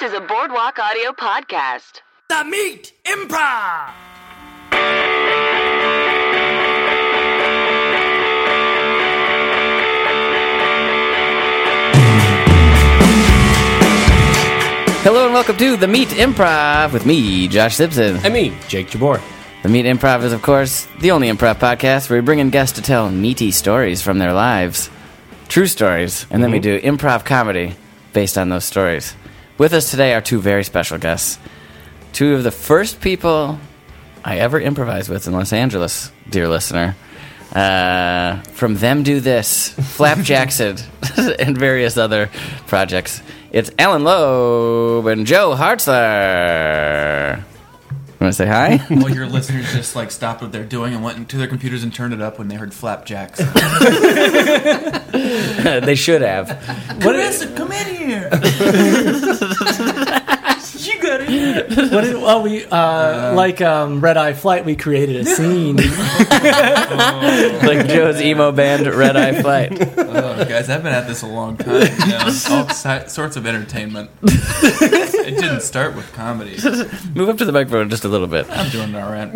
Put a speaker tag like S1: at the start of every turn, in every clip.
S1: to the Boardwalk Audio Podcast.
S2: The Meat Improv.
S3: Hello and welcome to The Meat Improv with me, Josh Simpson.
S4: And me, Jake Jabor.
S3: The Meat Improv is, of course, the only improv podcast where we bring in guests to tell meaty stories from their lives, true stories, and then we do improv comedy based on those stories. With us today are two very special guests, two of the first people I ever improvised with in Los Angeles, dear listener. Uh, from Them Do This, Flap Jackson, and various other projects. It's Alan Loeb and Joe Hartzler. Want to say hi?
S5: Well, your listeners just like stopped what they're doing and went into their computers and turned it up when they heard flapjacks.
S3: they should have.
S5: Carissa, come in here.
S4: You got it.
S2: What did, well, we uh, like um, Red Eye Flight. We created a scene.
S3: like Joe's emo band Red Eye Flight.
S5: Oh, guys, I've been at this a long time. You know, all si- sorts of entertainment. it didn't start with comedy.
S3: Move up to the microphone just a little bit.
S5: I'm doing all right.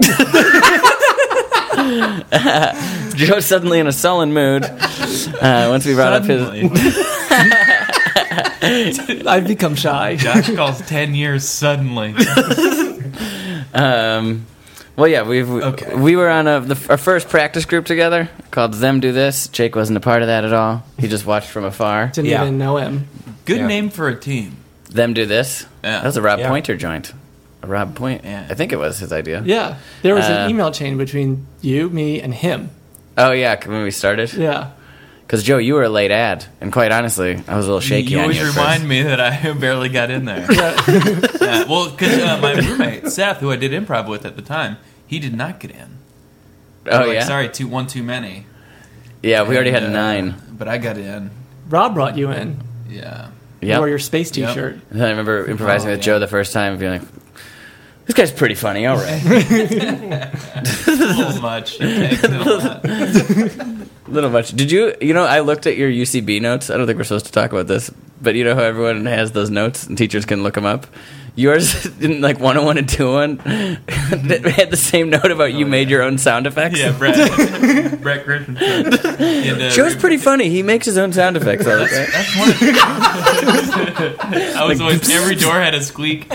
S3: Joe's suddenly in a sullen mood. Uh, once we brought up his.
S5: Suddenly,
S2: I've become shy.
S5: Josh calls ten years suddenly.
S3: Um, well, yeah, we've, we
S5: Okay.
S3: we were on a, the, our first practice group together called Them Do This. Jake wasn't a part of that at all. He just watched from afar.
S2: Didn't
S4: Yeah.
S2: even know him.
S5: Good
S4: Yeah.
S5: name for a team.
S3: Them Do This.
S5: Yeah.
S3: That was a Rob
S4: Yeah.
S3: Pointer joint. A Rob Point.
S5: Yeah.
S3: I think it was his idea.
S2: Yeah, there was
S3: Uh,
S2: an email chain between you, me, and him.
S3: Oh, yeah, when we started.
S2: Yeah,
S3: Because, Joe, you were a late ad. And quite honestly, I was a little shaky
S5: You
S3: on
S5: always
S3: you at first.
S5: remind me that I barely got in there. Yeah, well, because uh, my roommate Seth, who I did improv with at the time, he did not get in.
S3: Oh,
S5: Like,
S3: yeah?
S5: Sorry, two one too many.
S3: Yeah, we already had
S5: And, uh,
S3: nine.
S5: But I got in.
S2: Rob brought you in.
S5: Yeah.
S3: Yep.
S2: Wore your space
S5: Yep.
S2: T-shirt.
S3: And then I remember improvising
S5: Oh,
S3: with
S5: yeah.
S3: Joe the first time and being like, this guy's pretty funny, all right.
S5: A little much. It takes a lot.
S3: little much. Did you, you know, I looked at your UCB notes. I don't think we're supposed to talk about this, but you know how everyone has those notes and teachers can look them up? Yours, in like 101 and 201, that had the same note about you made your own sound effects.
S5: Oh, Yeah, Brett. Brett Griffin. And, uh,
S3: Joe's pretty funny. He makes his own sound effects all the time.
S5: That's one of I was always every door had a squeak.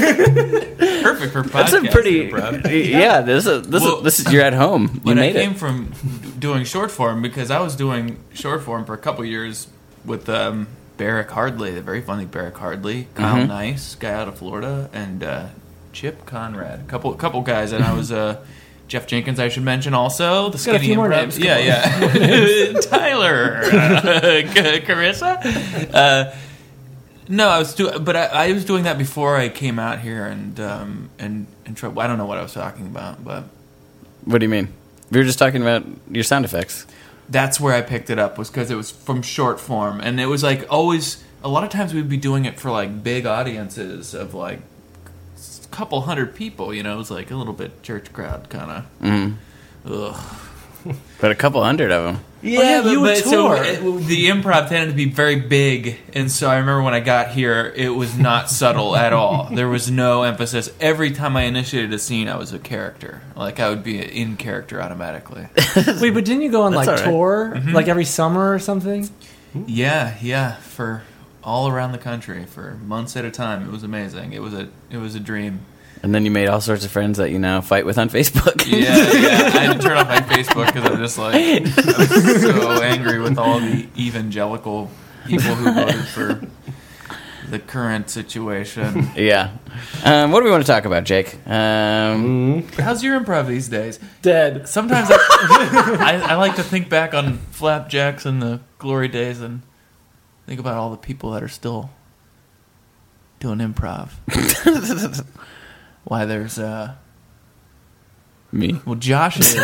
S5: Perfect for podcast.
S3: That's a pretty,
S5: improv.
S3: yeah. This is this
S5: Well,
S3: is this is you're at home. You
S5: But I
S3: made
S5: came
S3: it.
S5: from doing short form because I was doing short form for a couple years with um, Barrick Hardley, the very funny Barrick Hardley,
S2: Mm-hmm.
S5: Kyle Nice, guy out of Florida, and uh, Chip Conrad, a couple couple guys, and I was uh, Jeff Jenkins. I should mention also the
S2: got a
S5: skinny
S2: few more
S5: improv-
S2: names, come
S5: Yeah,
S2: on.
S5: yeah. Tyler, uh, Ca- Carissa. Uh, no, I was doing, but I, I was doing that before I came out here, and um, and and tro- I don't know what I was talking about, but.
S3: What do you mean? We were just talking about your sound effects.
S5: that's where I picked it up was because it was from short form, and it was like always. A lot of times we'd be doing it for like big audiences of like s- couple hundred people. You know, it was like a little bit church crowd kind of.
S2: Mm-hmm.
S5: Ugh.
S3: But a couple hundred of them.
S5: Yeah,
S2: but- you would
S5: so
S2: tour.
S5: it- the improv tended to be very big, and so I remember when I got here, it was not subtle at all. There was no emphasis. Every time I initiated a scene, I was a character. Like I would be in character automatically.
S2: Wait, but didn't you go on
S3: That's
S2: like
S3: all right.
S2: tour, like every summer or something?
S5: Yeah, yeah, for all around the country for months at a time. It was amazing. It was a it was a dream.
S3: And then you made all sorts of friends that you now fight with on Facebook.
S5: Yeah, yeah. I had to turn off my Facebook because I'm just like I'm so angry with all the evangelical people who voted for the current situation.
S3: Yeah. Um, what do we want to talk about, Jake? Um,
S5: How's your improv these days?
S2: Dead.
S5: Sometimes I, I, I like to think back on flapjacks and the glory days and think about all the people that are still doing improv. Mm. Why there's uh
S3: me.
S5: well Josh is.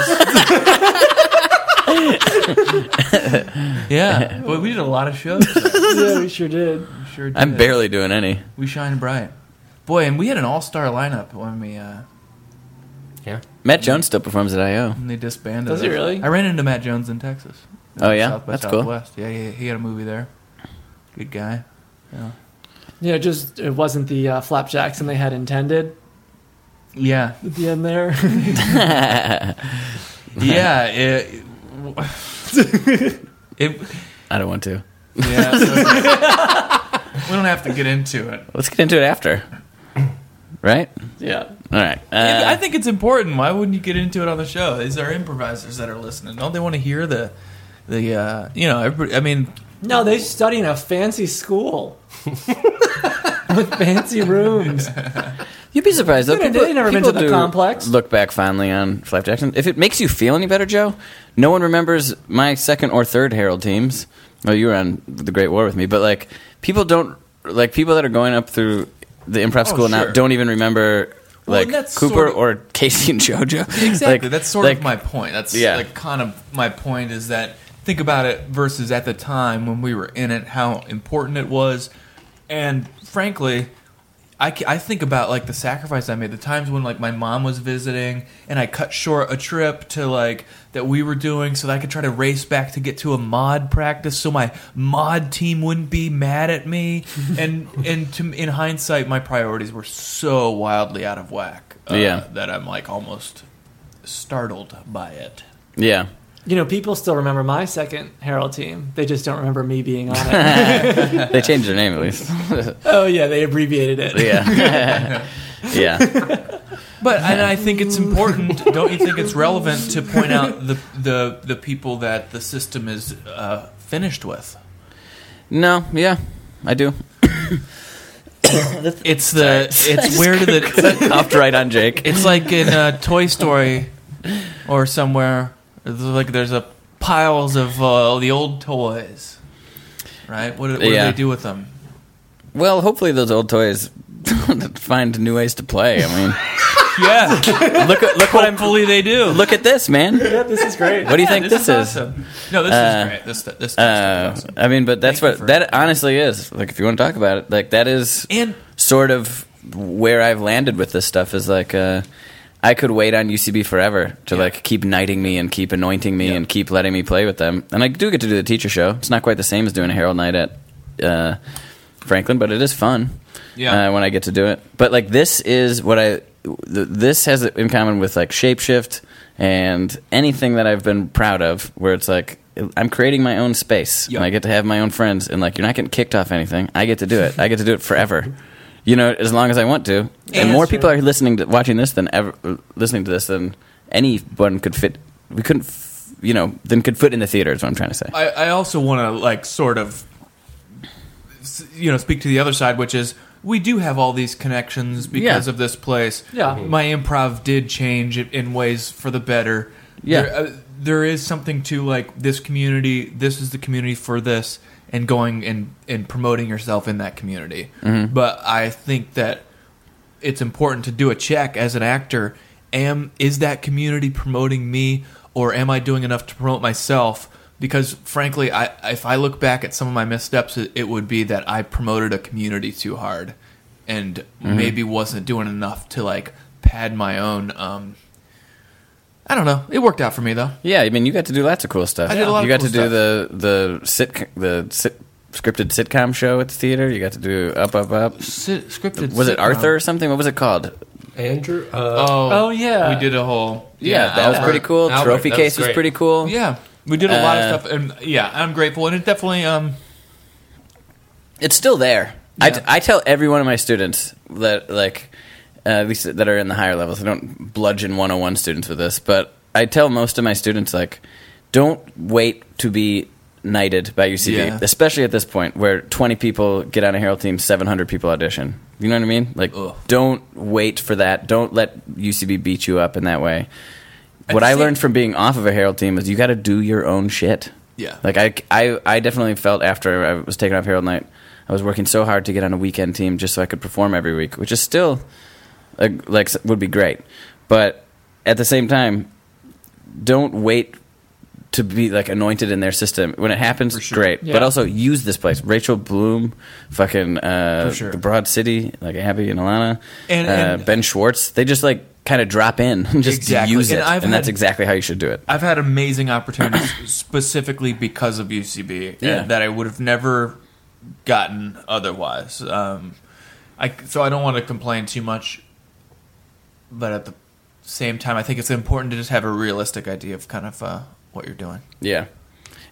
S5: yeah, well, we did a lot of shows. though.
S2: yeah, we sure did.
S5: We sure did.
S3: I'm barely doing any.
S5: We shine bright, boy, and we had an all-star lineup when we uh,
S3: Matt Jones still performs at I.O.
S5: when they disbanded.
S2: Does he
S5: us.
S2: really?
S5: I ran into Matt Jones in Texas.
S3: Oh, yeah?
S5: South by
S3: That's cool.
S5: Southwest. Yeah, yeah, he had a movie there. Good guy.
S2: you know, just it wasn't the uh, flapjacks and they had intended
S5: Yeah.
S2: at the end there.
S5: Yeah. It. it
S3: I don't want to.
S5: yeah. so- we don't have to get into it.
S3: Let's get into it after. Right?
S2: yeah.
S3: All right. Uh,
S5: I think it's important. Why wouldn't you get into it on the show? These are improvisers that are listening. Don't they want to hear the, the uh, you know, everybody, I mean,
S2: No, they study in a fancy school with fancy rooms.
S3: You'd be surprised though.
S2: Dude, I
S3: People,
S2: never been
S3: people
S2: to the
S3: do
S2: complex.
S3: Look back fondly on Flap Jackson. If it makes you feel any better, Joe, no one remembers my second or third Herald teams. Well, you were on the Great War with me, but like people don't like people that are going up through the improv school now
S5: Oh, sure.
S3: don't even remember
S5: Well,
S3: like
S5: and that's
S3: Cooper
S5: sort of-
S3: or Casey and JoJo.
S5: Exactly.
S3: Like-
S5: That's sort
S3: like-
S5: of my point. That's
S3: Yeah.
S5: like kind of my point is that think about it versus at the time when we were in it, how important it was, and frankly, I, ca- I think about like the sacrifice I made, the times when like my mom was visiting and I cut short a trip to like that we were doing so that I could try to race back to get to a mod practice so my mod team wouldn't be mad at me. and and to, in hindsight, my priorities were so wildly out of whack uh,
S3: Yeah.
S5: that I'm like almost startled by it.
S3: Yeah.
S2: You know, people still remember my second Herald team. They just don't remember me being on it.
S3: They changed their name at least.
S2: oh yeah, they abbreviated it.
S3: Yeah. yeah.
S5: But and I think it's important, don't you think it's relevant to point out the the the people that the system is uh, finished with.
S3: No, yeah. I do.
S5: It's the it's where do the
S3: Hopped right on Jake.
S5: it's like in uh, Toy Story or somewhere there's like there's a piles of uh, the old toys, right? What, do- what
S3: Yeah.
S5: do they do with them?
S3: Well, hopefully those old toys find new ways to play. I mean,
S5: Yeah,
S3: look at look what I'm
S5: hopefully they do.
S3: look at this, man.
S2: Yeah, this is great.
S3: What do you think this, is?
S5: awesome. No, this
S3: Uh,
S5: is great. This this, this
S3: Uh,
S5: is awesome.
S3: I mean, but that's
S5: Thank you
S3: what
S5: for-
S3: that honestly is. Like, if you want to talk about it, like that is
S5: And
S3: sort of where I've landed with this stuff. Is like, uh, I could wait on UCB forever to like keep knighting me and keep anointing me and keep letting me play with them. And I do get to do the teacher show. It's not quite the same as doing a Herald night at uh, Franklin, but it is fun.
S5: Yeah.
S3: uh, when I get to do it. But like this is what I th- this has in common with like shapeshift and anything that I've been proud of, where it's like I'm creating my own space
S5: Yeah.
S3: and I get to have my own friends and like you're not getting kicked off anything. I get to do it. I get to do it forever. You know, as long as I want to. And,
S5: that's
S3: more people are listening to watching this than ever listening to this than anyone could fit. We couldn't. f- You know, than could fit in the theater is what I'm trying to say.
S5: I, I also want to like sort of s- you know speak to the other side, which is we do have all these connections because
S3: Yeah.
S5: of this place.
S2: Yeah. Mhm.
S5: my improv did change i- in ways for the better.
S3: Yeah.
S5: There, uh, there is something to like this community. This is the community for this, and going and and promoting yourself in that community.
S3: Mm-hmm.
S5: But I think that it's important to do a check as an actor am is that community promoting me or am i doing enough to promote myself because frankly I, if i look back at some of my missteps it, it would be that i promoted a community too hard and
S3: Mm-hmm.
S5: maybe wasn't doing enough to like pad my own um i don't know it worked out for me though
S3: Yeah, I mean, you got to do lots of cool stuff.
S5: I did a lot
S3: You
S5: of
S3: got
S5: cool
S3: to do
S5: stuff.
S3: the the sit the sit, scripted sitcom show at the theater. You got to do up up up.
S5: Si- scripted
S3: Was it
S5: sitcom.
S3: Arthur or something? What was it called?
S6: Andrew. Uh,
S5: oh
S2: Oh, yeah.
S5: we did a whole
S3: Yeah, that was
S6: Albert.
S3: pretty cool.
S6: Albert,
S3: Trophy
S6: that was
S3: case was,
S6: great.
S3: pretty cool.
S5: yeah we did a lot
S3: Uh,
S5: of stuff and yeah i'm grateful and it definitely um
S3: It's still there. I I,
S5: Yeah.
S3: t- I tell every one of my students that like uh, at least that are in the higher levels. I don't bludgeon 101 students with this, but I tell most of my students like don't wait to be knighted by UCB,
S5: Yeah.
S3: especially at this point where 20 people get on a Herald team, 700 people audition. You know what I mean? Like
S5: Ugh.
S3: don't wait for that. Don't let UCB beat you up in that way.
S5: At
S3: what
S5: the
S3: I
S5: same-
S3: learned from being off of a Herald team is you got to do your own shit.
S5: Yeah.
S3: Like I, I, I definitely felt after I was taken off Herald Night, I was working so hard to get on a weekend team just so I could perform every week, which is still uh, like would be great. But at the same time, don't wait to be like anointed in their system. When it happens, great.
S2: Yeah.
S3: But also use this place. Rachel Bloom, fucking uh,
S5: For sure.
S3: the Broad City, like Abby and Alana,
S5: And-
S3: uh,
S5: and-
S3: Ben Schwartz. They just like kind of drop in and just
S5: Exactly.
S3: use it,
S5: And
S3: and,
S5: I've
S3: that's
S5: had-
S3: exactly how you should do it.
S5: I've had amazing opportunities specifically because of UCB uh,
S3: Yeah.
S5: that I would have never gotten otherwise. Um, I so I don't want to complain too much, but at the same time, I think it's important to just have a realistic idea of kind of uh, what you're doing.
S3: Yeah.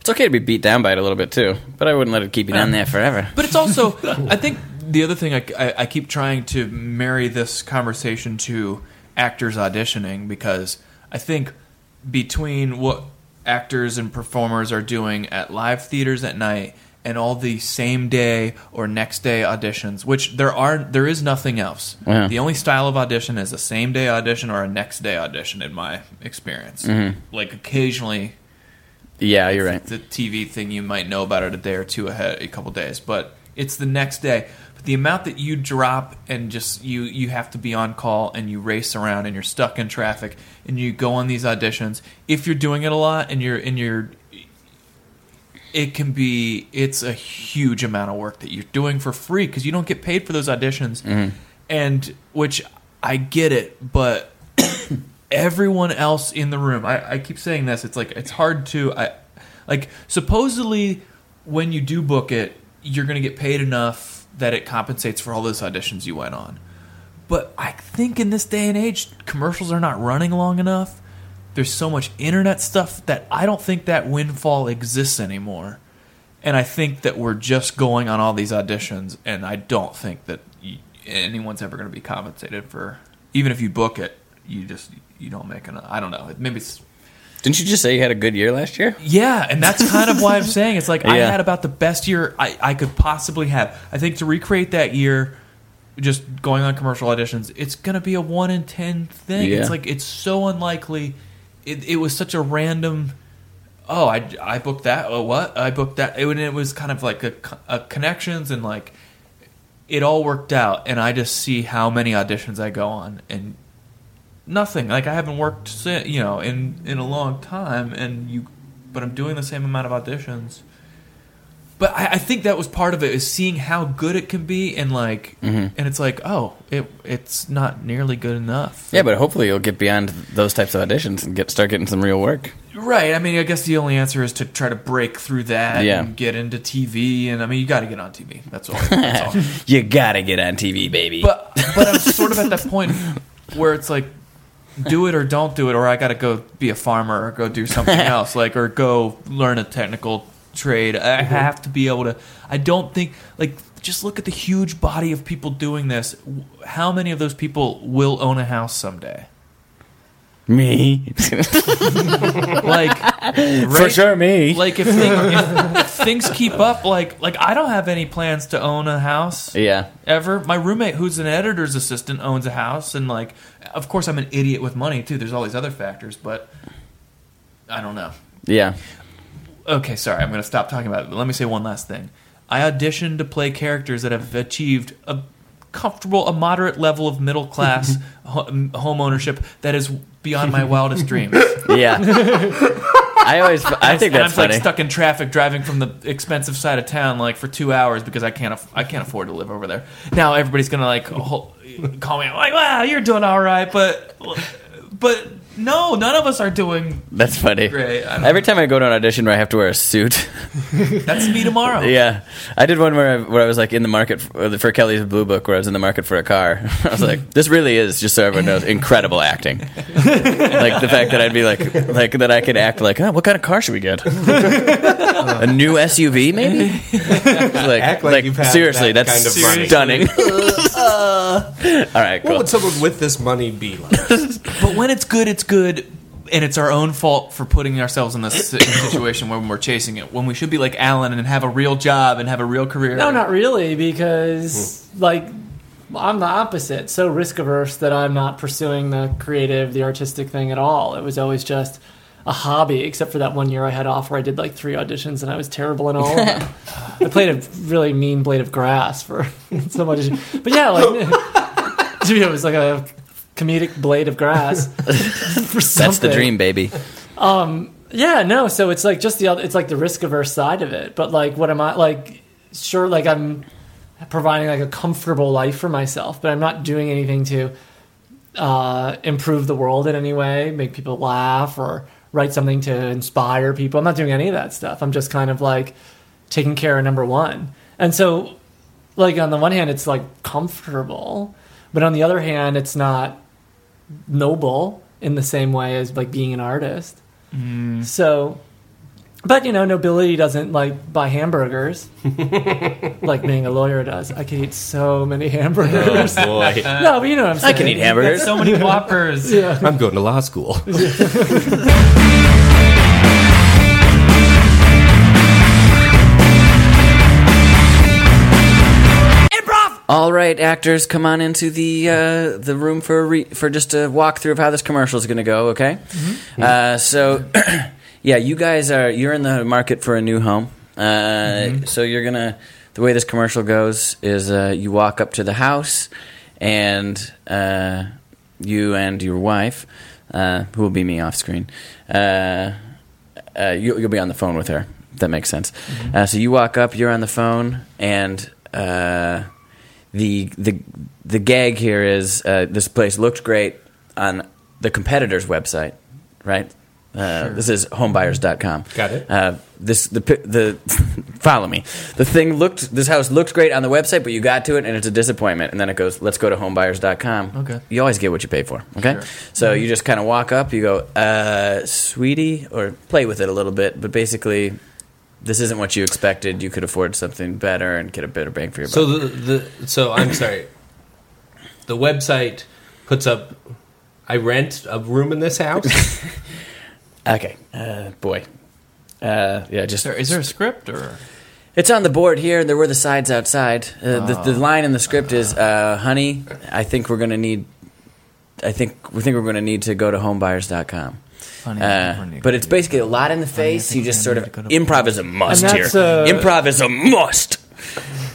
S3: It's okay to be beat down by it a little bit too, but I wouldn't let it keep you down there forever.
S5: But it's also, I think the other thing I, I, I keep trying to marry this conversation to actors auditioning because I think between what actors and performers are doing at live theaters at night and all the same day or next day auditions, which there are there is nothing else.
S3: Yeah.
S5: The only style of audition is a same day audition or a next day audition in my experience. Like occasionally
S3: Yeah, you're right.
S5: the TV thing you might know about it a day or two ahead, a couple days, but it's the next day. But the amount that you drop and just you you have to be on call and you race around and you're stuck in traffic and you go on these auditions. If you're doing it a lot and you're and you're it can be it's a huge amount of work that you're doing for free because you don't get paid for those auditions
S3: Mm-hmm.
S5: and which i get it but everyone else in the room I, I keep saying this it's like it's hard to i like supposedly when you do book it you're going to get paid enough that it compensates for all those auditions you went on but I think in this day and age, commercials are not running long enough. There's so much internet stuff that I don't think that windfall exists anymore. And I think that we're just going on all these auditions, and I don't think that y anyone's ever going to be compensated for. Even if you book it, you just you don't make enough. I don't know. Maybe it's
S3: Didn't you just say you had a good year last year?
S5: yeah, and that's kind of why I'm saying it's like I
S3: Yeah.
S5: had about the best year I, I could possibly have. I think to recreate that year, just going on commercial auditions, it's gonna be a one in ten thing.
S3: Yeah.
S5: It's like it's so unlikely. It, it was such a random. Oh, I, I booked that. Oh, what I booked that. It, it was kind of like a, co- a connections and like it all worked out. And I just see how many auditions I go on and nothing. Like I haven't worked, si- you know, in in a long time, and you, but I'm doing the same amount of auditions. But I, I think that was part of it is seeing how good it can be, and like, and it's like, oh, it it's not nearly good enough.
S3: Yeah, but hopefully you'll get beyond those types of auditions and get start getting some real work.
S5: Right. I mean, I guess the only answer is to try to break through that
S3: Yeah.
S5: and get into TV. And I mean, you got to get on TV. That's all. That's all.
S3: You gotta get on TV, baby.
S5: but but I'm sort of at that point where it's like, do it or don't do it, or I got to go be a farmer or go do something else, like or go learn a technical trade.
S2: Mm-hmm.
S5: I have to be able to. I don't think like just look at the huge body of people doing this. How many of those people will own a house someday?
S3: Me.
S5: Like
S2: For
S5: right-
S2: sure, me.
S5: Like if, thing, if, if things keep up, like like I don't have any plans to own a house
S3: yeah.
S5: ever. My roommate, who's an editor's assistant, owns a house, and like, of course, I'm an idiot with money too. There's all these other factors, but I don't know.
S3: Yeah.
S5: Okay, sorry, I'm gonna stop talking about it. But let me say one last thing. I auditioned to play characters that have achieved a comfortable, a moderate level of middle class ho- home ownership that is beyond my wildest dreams.
S3: Yeah. I always I think
S5: and
S3: that's
S5: I'm
S3: funny.
S5: like stuck in traffic driving from the expensive side of town like for two hours because I can't aff- I can't afford to live over there. Now everybody's gonna like ho- call me out, like wow you're doing all right but but no none of us are doing
S3: That's funny.
S5: Great, I don't-
S3: Every time I go to an audition where I have to wear a suit,
S5: that's me tomorrow.
S3: yeah, I did one where I, where I was like in the market for, for Kelly's Blue Book, where I was in the market for a car. I was like, this really is just so everyone knows, incredible acting. like the fact that I'd be like, like that I could act like, oh, what kind of car should we get? a new SUV, maybe. like,
S6: Act like you've had
S3: seriously,
S6: that
S3: that's
S6: kind of money.
S3: stunning. All right,
S6: What
S3: cool.
S6: would someone with this money be like?
S5: But when it's good it's good and it's our own fault for putting ourselves in this si- situation when we're chasing it when we should be like Alan and have a real job and have a real career.
S2: No, not really, because like I'm the opposite. So risk averse that I'm not pursuing the creative, the artistic thing at all. It was always just a hobby, except for that one year I had off where I did like three auditions and I was terrible in all of them. I played a really mean blade of grass for some audition, but yeah, like it was like a comedic blade of grass. for
S3: That's the
S2: something.
S3: dream, baby.
S2: Yeah, no. So it's like just the other, it's like the risk averse side of it. But like, what am I like? Sure, like I'm providing like a comfortable life for myself, but I'm not doing anything to uh, improve the world in any way, make people laugh, or write something to inspire people. I'm not doing any of that stuff. I'm just kind of like taking care of number one. And so, like on the one hand, it's like comfortable, but on the other hand, it's not noble in the same way as like being an artist. So, but you know, nobility doesn't like buy hamburgers like being a lawyer does. I could eat so many hamburgers.
S4: Oh, Boy.
S2: no, but you know what I'm saying.
S3: I can eat hamburgers.
S5: So many whoppers.
S6: I'm going to law school.
S3: All right, actors, come on into the uh, the room for a re- for just a walkthrough of how this commercial is going to go. Okay, uh, so yeah, you guys are you're in the market for a new home. Uh, So you're gonna the way this commercial goes is uh, you walk up to the house and uh, you and your wife, uh, who will be me off screen. Uh, uh, you, you'll be on the phone with her. If that makes sense.
S6: Mm-hmm.
S3: Uh, so you walk up, you're on the phone, and uh, the the the gag here is uh, this place looked great on the competitor's website, right? Uh, This is homebuyers.com.
S6: Got it.
S3: Uh, this the pi- the follow me. The thing looked this house looked great on the website, but you got to it and it's a disappointment. And then it goes, let's go to homebuyers.com.
S5: Okay. Mm-hmm.
S3: You always get what you pay for. Okay. So you just kind of walk up, you go, uh, sweetie, or play with it a little bit, but basically, this isn't what you expected. You could afford something better and get a better bang for your buck.
S4: So the, the so I'm sorry. The website puts up. I rent a room in this house.
S3: Okay. Uh, boy. Uh, yeah, just
S5: Is there a script or?
S3: it's on the board here. There were the sides outside. Uh,
S5: Oh.
S3: the, the line in the script is, uh, "Honey, I think we're gonna need. I think we think we're gonna need to go to homebuyers.com."
S5: Honey,
S3: Uh, but it's basically a lot in the face. You
S5: think
S3: just
S5: I
S3: sort
S5: need
S3: of
S5: to go to-
S3: improv is a must
S2: And
S3: here.
S2: that's, uh,
S3: improv is a must.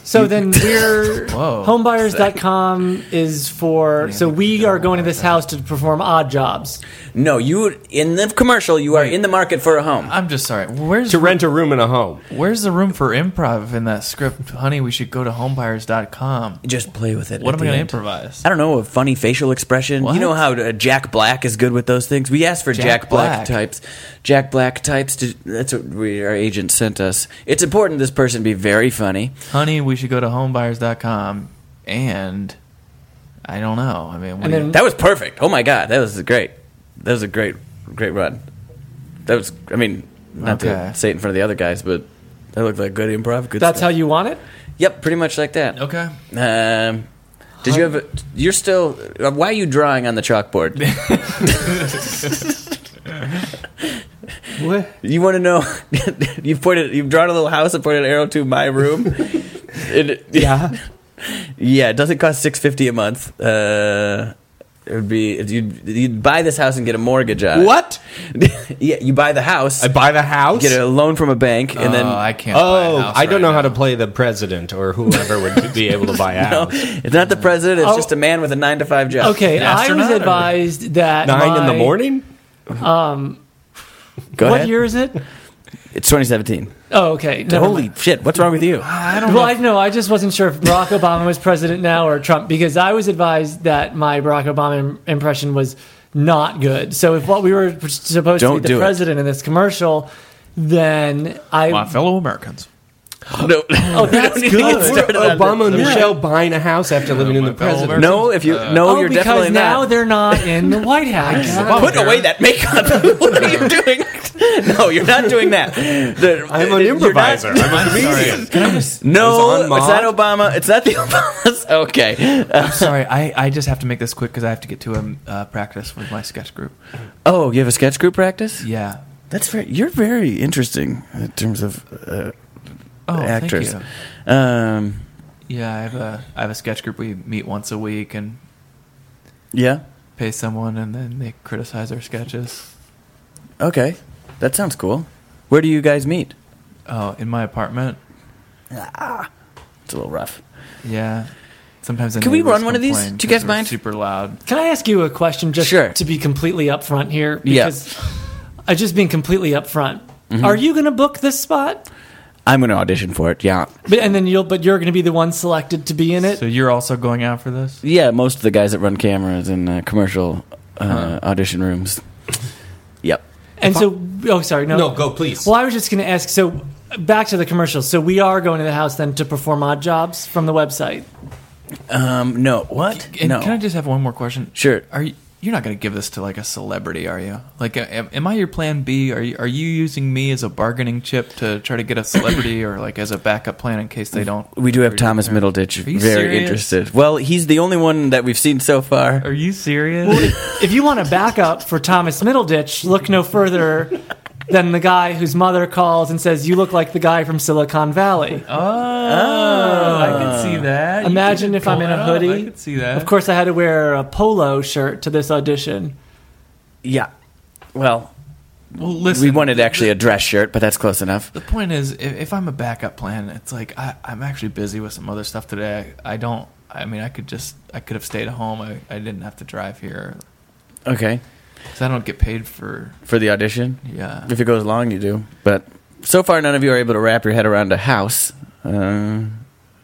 S2: So then we're
S5: Whoa.
S2: homebuyers.com is for so we are going to this house to perform odd jobs.
S3: No, you in the commercial. You are in the market for a home.
S5: I'm just sorry. Where's
S6: to rent a room in a home.
S5: where's the room for improv in that script? Honey, we should go to homebuyers.com.
S3: just play with it.
S5: What
S3: at
S5: am
S3: the
S5: I going to
S3: end.
S5: improvise?
S3: I don't know, a funny facial expression.
S5: What?
S3: You know how uh, Jack Black is good with those things. We asked for Jack,
S5: Jack
S3: Black.
S5: Black.
S3: types. Jack Black types. To, that's what we, our agent sent us. It's important this person be very funny.
S5: Honey, we should go to homebuyers.com and I don't know. I mean, what
S2: And
S5: do you-
S2: then
S3: That was perfect. Oh my god, that was great. That was a great, great run. That was. I mean, not
S5: Okay.
S3: to say it in front of the other guys, but that looked like good improv. Good.
S2: that's how
S3: stuff.
S2: you want it?
S3: Yep, pretty much like that.
S5: okay.
S3: Um, did you have? A, you're still. uh, Why are you drawing on the chalkboard?
S2: What?
S3: You want to know? you've pointed. You've drawn a little house and pointed an arrow to my room. it, yeah, yeah. It doesn't cost six fifty a month. Uh, it would be if you'd, you'd buy this house and get a mortgage on it.
S6: What?
S3: yeah, you buy the house,
S6: I buy the house.
S3: get a loan from a bank, and then
S5: oh, I can't. buy a
S6: oh,
S5: house
S6: I don't
S5: right
S6: know
S5: now.
S6: how to play the president or whoever would be able to buy a
S3: No,
S6: house.
S3: it's not the president. It's
S2: Oh.
S3: just a man with a nine to five job.
S2: Okay,
S5: An
S2: I was
S5: astronaut or-
S2: advised that
S6: Nine in the
S2: my-
S6: morning.
S3: go
S2: What
S3: ahead.
S2: year is it?
S3: It's twenty seventeen.
S2: Oh, okay. never
S3: Holy
S2: mind.
S3: shit! What's wrong with you?
S5: I don't
S2: Well,
S5: know.
S2: I know. I just wasn't sure if Barack Obama was president now or Trump because I was advised that my Barack Obama im- impression was not good. So if what we were p- supposed
S3: Don't
S2: to be
S3: do
S2: the
S3: it.
S2: president in this commercial, then I
S5: My fellow Americans.
S3: No,
S2: oh that's
S3: need to get
S2: good.
S3: started. Started on
S6: Obama and
S2: Yeah.
S6: Michelle buying a house after living in the
S5: fellow
S6: president.
S3: no. If you no,
S2: oh,
S3: you're
S2: because
S3: definitely
S2: now
S3: not.
S2: they're not in the White House.
S3: Put away that makeup. what are you doing? no, you're not doing that. The-
S6: I'm an
S3: you're not-
S6: improviser. I'm a comedian.
S3: no,
S6: It was
S3: it's
S6: on
S3: not Obama. It's not the Obamas. Okay. Uh,
S5: Sorry, I, I just have to make this quick because I have to get to a uh, practice with my sketch group.
S3: oh, you have a sketch group practice?
S5: Yeah.
S3: That's very. You're very interesting in terms of uh,
S5: Oh, thank
S3: actors.
S5: you.
S3: Um,
S5: Yeah, I have a I have a sketch group. We meet once a week and
S3: yeah.
S5: pay someone, and then they criticize our sketches.
S3: Okay. That sounds cool. Where do you guys meet?
S5: Oh, in my apartment.
S3: It's a little rough.
S5: Yeah. Sometimes the
S3: Can we
S5: neighbors
S3: run one of these?
S5: complain
S3: Do you guys
S5: because we're
S3: mind?
S5: Super loud.
S2: Can I ask you a question just
S3: Sure.
S2: to be completely upfront here?
S3: Yeah. Mm-hmm.
S2: Because I just being completely upfront. Are you going to book this spot?
S3: I'm going to audition for it. Yeah.
S2: But, and then you'll, but you're going to be the one selected to be in it.
S5: So you're also going out for this?
S3: Yeah. Most of the guys that run cameras in uh, commercial uh, audition rooms. Yep.
S2: and so, oh, sorry, no,
S6: No, go please.
S2: Well, I was just going to ask. So back to the commercials. So we are going to the house then to perform odd jobs from the website.
S3: Um, no, what?
S5: And
S3: no.
S5: Can I just have one more question?
S3: Sure.
S5: Are you? You're not going to give this to like a celebrity, are you? Like, a- am, am I your plan B? Are you, are you using me as a bargaining chip to try to get a celebrity, or like as a backup plan in case they don't?
S3: we do have Thomas
S5: Are you
S3: Middleditch very
S5: serious?
S3: interested. Well, he's the only one that we've seen so far.
S5: Are you serious?
S2: If you want a backup for Thomas Middleditch, look no further than the guy whose mother calls and says, "You look like the guy from Silicon Valley."
S5: Oh, I can see that. You
S2: Oh. Imagine
S5: could
S2: if I'm
S5: pull
S2: in
S5: it
S2: a
S5: off.
S2: hoodie.
S5: I could see that.
S2: Of course, I had to wear a polo shirt to this audition.
S3: Yeah. Well,
S5: Well, listen.
S3: we wanted actually a dress shirt, but that's close enough.
S5: The point is, if, if I'm a backup plan, it's like I, I'm actually busy with some other stuff today. I, I don't. I mean, I could just. I could have stayed at home. I, I didn't have to drive here
S3: Okay.
S5: because I don't get paid for.
S3: For the audition?
S5: Yeah.
S3: If it goes long, you do. But so far, none of you are able to wrap your head around a house. Uh,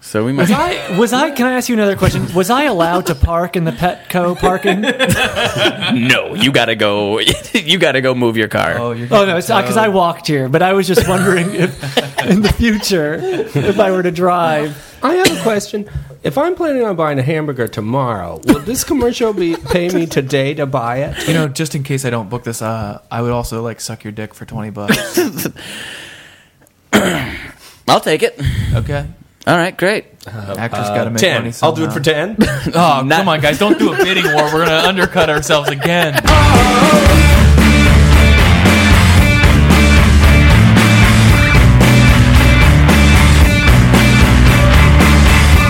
S3: so we might.
S2: Was I? Was I? Can I ask you another question? Was I allowed to park in the Petco parking?
S3: no, you gotta go. you gotta go move your car.
S5: you're.
S2: Oh no, it's not because I walked here, but I was just wondering if in the future, if I were to drive,
S6: I have a question. If I'm planning on buying a hamburger tomorrow, will this commercial be pay me today to buy it?
S5: You know, just in case I don't book this, uh, I would also like suck your dick for twenty bucks.
S3: I'll take it.
S5: Okay.
S3: All right, great.
S5: Actors got to make money.
S6: Uh, Ten. I'll do it
S5: somehow.
S6: for ten.
S5: Oh, come on, guys! Don't do a bidding war. We're gonna undercut ourselves again.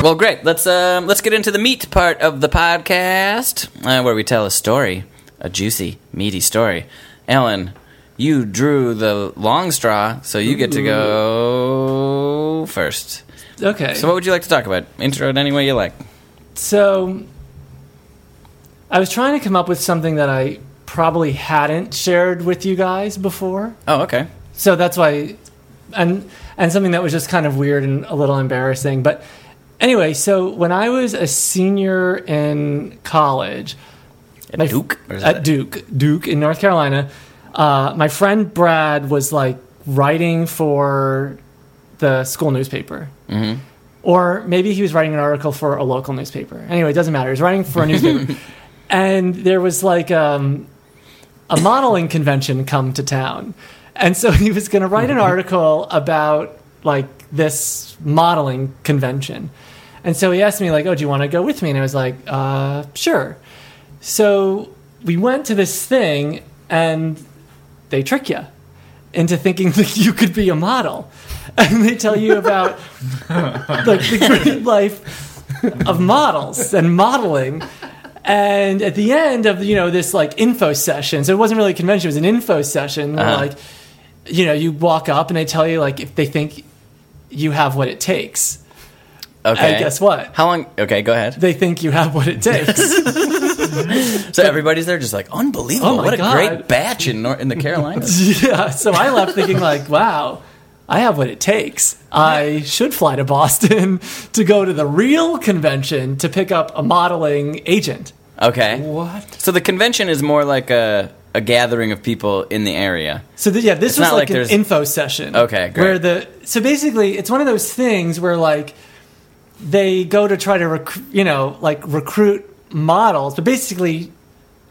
S3: Well, great. Let's um, let's get into the meat part of the podcast, uh, where we tell a story, a juicy, meaty story. Ellen, you drew the long straw, so you get to go first.
S2: okay.
S3: So, what would you like to talk about? Intro it any way you like.
S2: So I was trying to come up with something that I probably hadn't shared with you guys before.
S3: Oh, okay.
S2: So that's why and and something that was just kind of weird and a little embarrassing, but anyway, so when I was a senior in college,
S3: At
S2: My f-
S3: Duke. Or is
S2: at
S3: that-
S2: Duke, Duke in North Carolina. Uh, my friend Brad was like writing for the school newspaper, mm-hmm. or maybe he was writing an article for a local newspaper. Anyway, it doesn't matter. He was writing for a newspaper, and there was like um, a modeling convention come to town, and so he was going to write an article about like this modeling convention. And so he asked me like, "Oh, do you want to go with me?" And I was like, uh, "Sure." So we went to this thing, and they trick you into thinking that you could be a model, and they tell you about like the great life of models and modeling. And at the end of you know this like info session, so it wasn't really a convention; it was an info session. Where,
S3: Uh-huh.
S2: Like, you know, you walk up and they tell you like if they think you have what it takes,
S3: Okay.
S2: and guess what?
S3: How long? Okay, go ahead.
S2: They think you have what it takes.
S3: So everybody's there, just like unbelievable.
S2: Oh my
S3: what a
S2: God.
S3: great batch in Nor- in the Carolinas.
S2: Yeah, so I left thinking like, wow, I have what it takes. I should fly to Boston to go to the real convention to pick up a modeling agent.
S3: Okay. What? So the convention is more like a a gathering of people in the area.
S2: So th- yeah, this was
S3: not like
S2: like, an
S3: there's-
S2: info session.
S3: Okay, great.
S2: Where the so basically it's one of those things where like they go to try to rec- you know like recruit models, but basically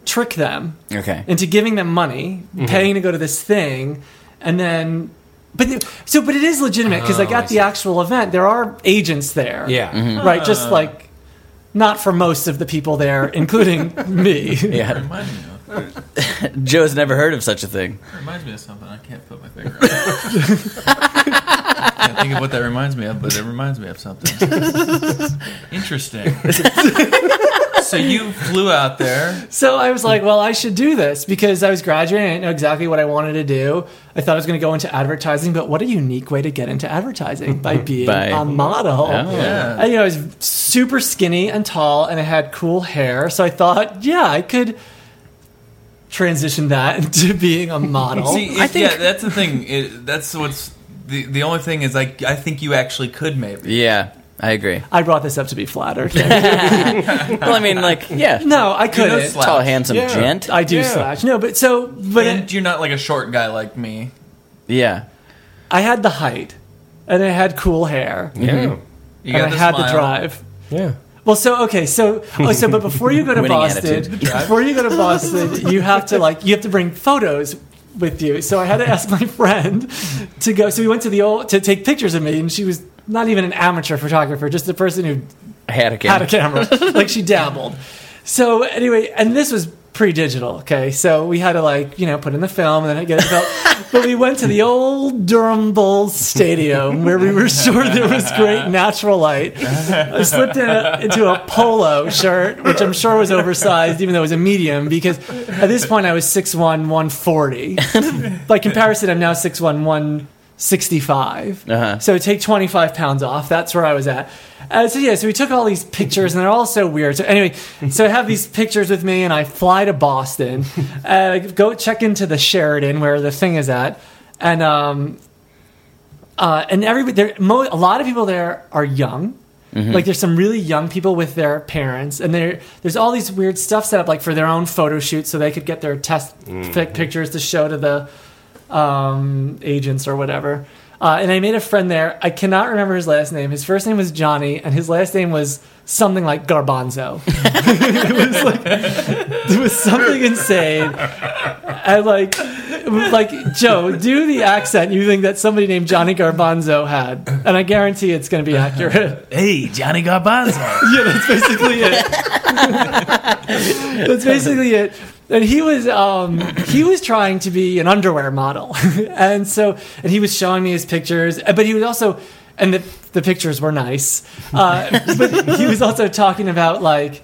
S2: trick them
S3: Okay. Mm-hmm.
S2: into giving them money, paying to go to this thing, and then. But the- so, but it is legitimate because,
S3: Oh,
S2: like, at the actual event, there are agents there.
S6: Yeah.
S2: Right. Just like, not for most of the people there, including me.
S3: Yeah.
S5: Reminds me, of,
S3: Joe's never heard of such a thing.
S5: reminds me of something. I can't put my finger. on it. I can't think of what that reminds me of, but it reminds me of something. Interesting. so you flew out there.
S2: So I was like, well, I should do this because I was graduating. I didn't know exactly what I wanted to do. I thought I was going to go into advertising, but what a unique way to get into advertising by being
S3: By-
S2: a model.
S5: Yeah.
S2: And, you know, I was super skinny and tall, and I had cool hair. So I thought, yeah, I could transition that into being a model.
S6: Oh,
S5: See, it- yeah, that's the thing. It, that's what's the the only thing is like I think you actually could maybe.
S3: Yeah, I agree.
S2: I brought this up to be flattered.
S3: Well, I mean, like, yeah,
S2: no, I
S5: You're no
S2: couldn't.
S5: slouch.
S3: tall, handsome
S6: Yeah.
S3: gent.
S2: I do
S6: Yeah.
S2: slash. No, but so, but
S5: And
S2: it-
S5: you're not like a short guy like me.
S3: yeah,
S2: I had the height, and I had cool hair,
S6: Yeah.
S5: Mm-hmm. You
S2: and I
S5: the
S2: had the
S5: smile.
S2: drive.
S6: Yeah.
S2: Well, so okay, so oh, so but before you go to
S3: Winning
S2: Boston,
S3: attitude.
S2: before you go to Boston, you have to like you have to bring photos with you. So I had to ask my friend to go. So we went to the old to take pictures of me, and she was not even an amateur photographer, just a person who
S3: I had a
S2: had
S3: camera.
S2: a camera. like she dabbled. So anyway, and this was pre-digital. Okay, so we had to like you know put in the film and then get it felt. but we went to the old Durham Bulls Stadium where we were sure there was great natural light. I slipped in a, into a polo shirt, which I'm sure was oversized, even though it was a medium, because at this point I was 6'1", 140. By comparison, I'm now 6'1", 165.
S3: Uh-huh.
S2: So take 25 pounds off. That's where I was at. Uh, so yeah, so we took all these pictures, and they're all so weird. So anyway, so I have these pictures with me, and I fly to Boston, uh, go check into the Sheridan where the thing is at, and um, uh, and everybody there, mo- a lot of people there are young. Like there's some really young people with their parents, and there there's all these weird stuff set up like for their own photo shoots, so they could get their test pic pictures to show to the um, agents or whatever. Uh, and I made a friend there. I cannot remember his last name. His first name was Johnny, and his last name was something like Garbanzo. it was like it was something insane. And like, it was like Joe, do the accent you think that somebody named Johnny Garbanzo had, and I guarantee it's going to be accurate.
S5: Hey, Johnny Garbanzo.
S2: yeah, that's basically it. that's basically it. And he was um, he was trying to be an underwear model, and so and he was showing me his pictures, uh, but he was also and the the pictures were nice, uh, but he was also talking about like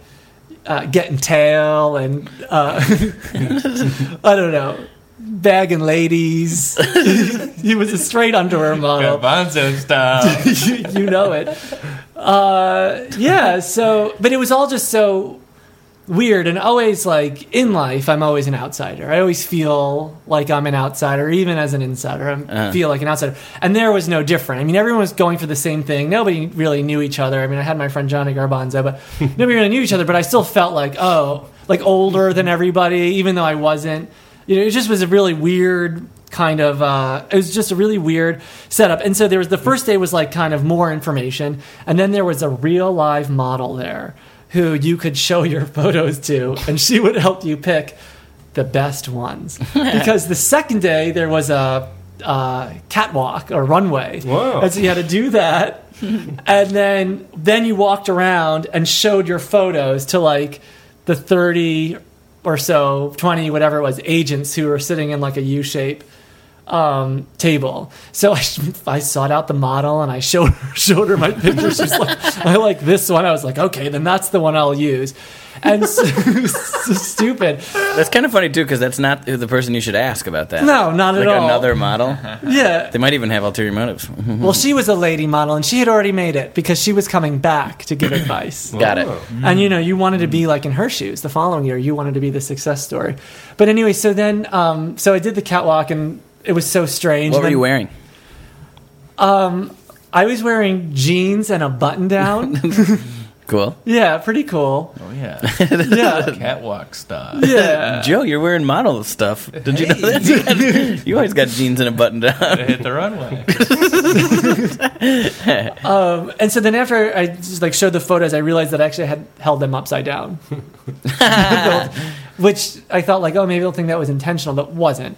S2: uh, getting tail and uh, I don't know bagging ladies. he was a straight underwear model
S5: Garbanzo style.
S2: you, you know it. Uh, yeah, so, but it was all just so weird and always like in life, I'm always an outsider. I always feel like I'm an outsider, even as an insider. I feel like an outsider. And there was no different. I mean, everyone was going for the same thing. Nobody really knew each other. I mean, I had my friend Johnny Garbanzo, but nobody really knew each other, but I still felt like, oh, like older than everybody, even though I wasn't. You know, it just was a really weird kind of uh, it was just a really weird setup and so there was the first day was like kind of more information and then there was a real live model there who you could show your photos to and she would help you pick the best ones because the second day there was a uh, catwalk or runway
S6: Wow.
S2: and so you had to do that and then then you walked around and showed your photos to like the 30 or so 20 whatever it was agents who were sitting in like a u-shape um, table so I, I sought out the model and i showed her, showed her my picture she's like i like this one i was like okay then that's the one i'll use and so, so stupid
S3: That's kind of funny too, because that's not the person you should ask about that.
S2: No, not at
S3: like
S2: all.
S3: Another model.
S2: yeah
S3: They might even have ulterior motives.
S2: well she was a lady model and she had already made it because she was coming back to give advice
S3: Got it.
S2: And you know, you wanted to be like in her shoes the following year. You wanted to be the success story. But anyway, so then, um, so I did the catwalk, and it was so strange.
S3: What
S2: And
S3: were you
S2: then
S3: wearing?
S2: I was wearing jeans and a button down.
S3: Cool.
S2: yeah, pretty cool.
S5: Oh, yeah.
S2: Yeah,
S5: Catwalk style.
S2: yeah.
S3: Uh, Joe, you're wearing model stuff. Did you know that? You got- you always got jeans and a button down.
S5: To hit the runway.
S2: Um, and so then after I just like showed the photos, I realized that I actually had held them upside down, which I thought like, oh, maybe they'll think that was intentional, but wasn't.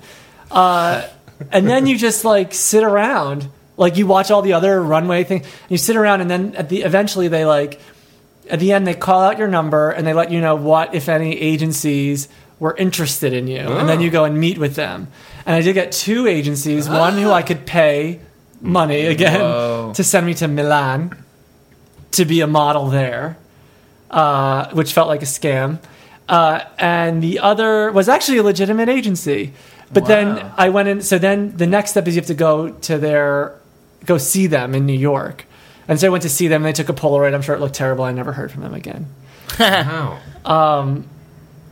S2: Uh, and then you just like sit around, like you watch all the other runway thing. You sit around, and then at the eventually they like at the end they call out your number and they let you know what if any agencies were interested in you and then you go and meet with them and i did get two agencies one who i could pay money again to send me to milan to be a model there uh, which felt like a scam uh, and the other was actually a legitimate agency but then
S5: Wow.
S2: i went in so then the next step is you have to go to their go see them in new york and so i went to see them and they took a polaroid i'm sure it looked terrible i never heard from them again Um,
S6: Wow.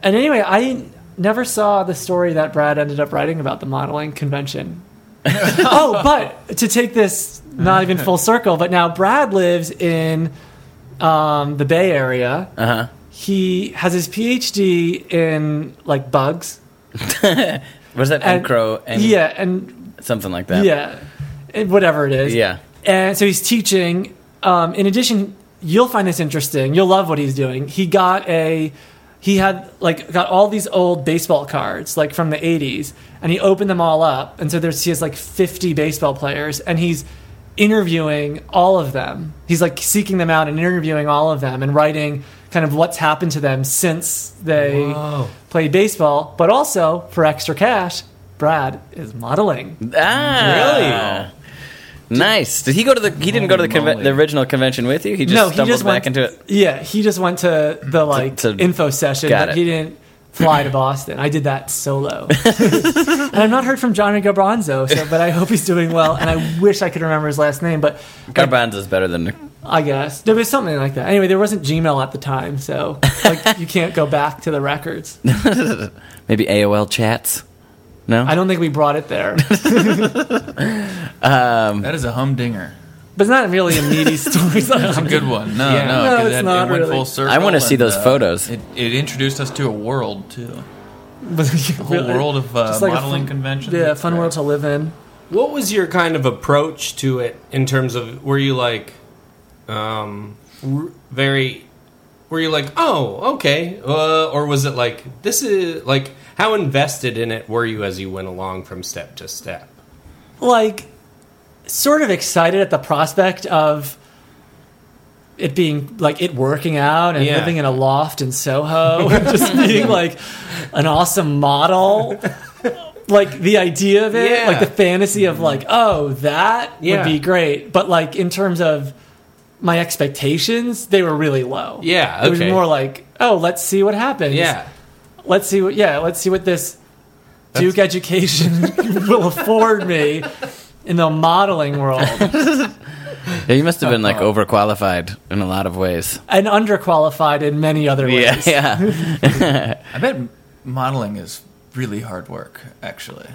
S2: and anyway, I never saw the story that Brad ended up writing about the modeling convention. oh, but to take this not even full circle, but now Brad lives in um, the Bay Area.
S3: Uh huh.
S2: He has his PhD in like bugs.
S3: Was that? And, crow and
S2: yeah, and
S3: something like that.
S2: yeah. eh, whatever it is.
S3: Yeah.
S2: And so he's teaching. Um, in addition, you'll find this interesting. You'll love what he's doing. He got a, he had like got all these old baseball cards like from the '80s, and he opened them all up. And so there's he has like 50 baseball players, and he's interviewing all of them. He's like seeking them out and interviewing all of them and writing kind of what's happened to them since they
S6: Whoa.
S2: played baseball. But also for extra cash, Brad is modeling.
S3: Ah, really? Nice. Did he go to the? He didn't go to the, conve- the original convention with you. He just
S2: no, he
S3: stumbled
S2: just
S3: back
S2: went
S3: into it.
S2: Yeah, he just went to the like
S3: to-
S2: info session,
S3: Got
S2: but
S3: it.
S2: he didn't fly to Boston. I did that solo, and I've not heard from Johnny Gabronzo. So, but I hope he's doing well, and I wish I could remember his last name, but like,
S3: Garbanzo's better than.
S2: I guess there was something like that. Anyway, there wasn't Gmail at the time, so like you can't go back to the records.
S3: Maybe AOL chats. No.
S2: I don't think we brought it there,
S5: That is a humdinger.
S2: but it's not really a meaty story. It's not-
S5: That's a good one. No,
S2: Yeah.
S5: no,
S2: No,
S5: 'cause
S2: it's
S5: that-
S2: not
S5: it went
S2: really.
S5: full circle.
S3: I wanna see
S5: and,
S3: those
S5: uh,
S3: photos.
S5: It, it introduced us to a world too,
S2: but
S5: a whole world of uh,
S2: Just like a
S5: modeling
S2: fun-
S5: conventions.
S2: yeah,
S5: That's
S2: fun
S5: great.
S2: world to live in.
S6: What was your kind of approach to it in terms of were you like um r- very were you like oh okay uh, or was it like this is like how invested in it were you as you went along from step to step?
S2: like sort of excited at the prospect of it being like it working out and
S6: Yeah.
S2: living in a loft in Soho and just being like an awesome model. like the idea of it,
S6: Yeah.
S2: like the fantasy of like, oh, that
S6: Yeah.
S2: would be great. But like in terms of my expectations, they were really low.
S6: Yeah,
S2: It was
S6: okay.
S2: more like, oh, let's see what happens
S6: Yeah.
S2: let's see what yeah let's see what this duke education will afford me in the modeling world
S3: Yeah, you must have been like
S2: Uh-huh.
S3: overqualified in a lot of ways.
S2: and underqualified in many other ways
S3: Yeah, yeah.
S5: I bet modeling is really hard work, actually.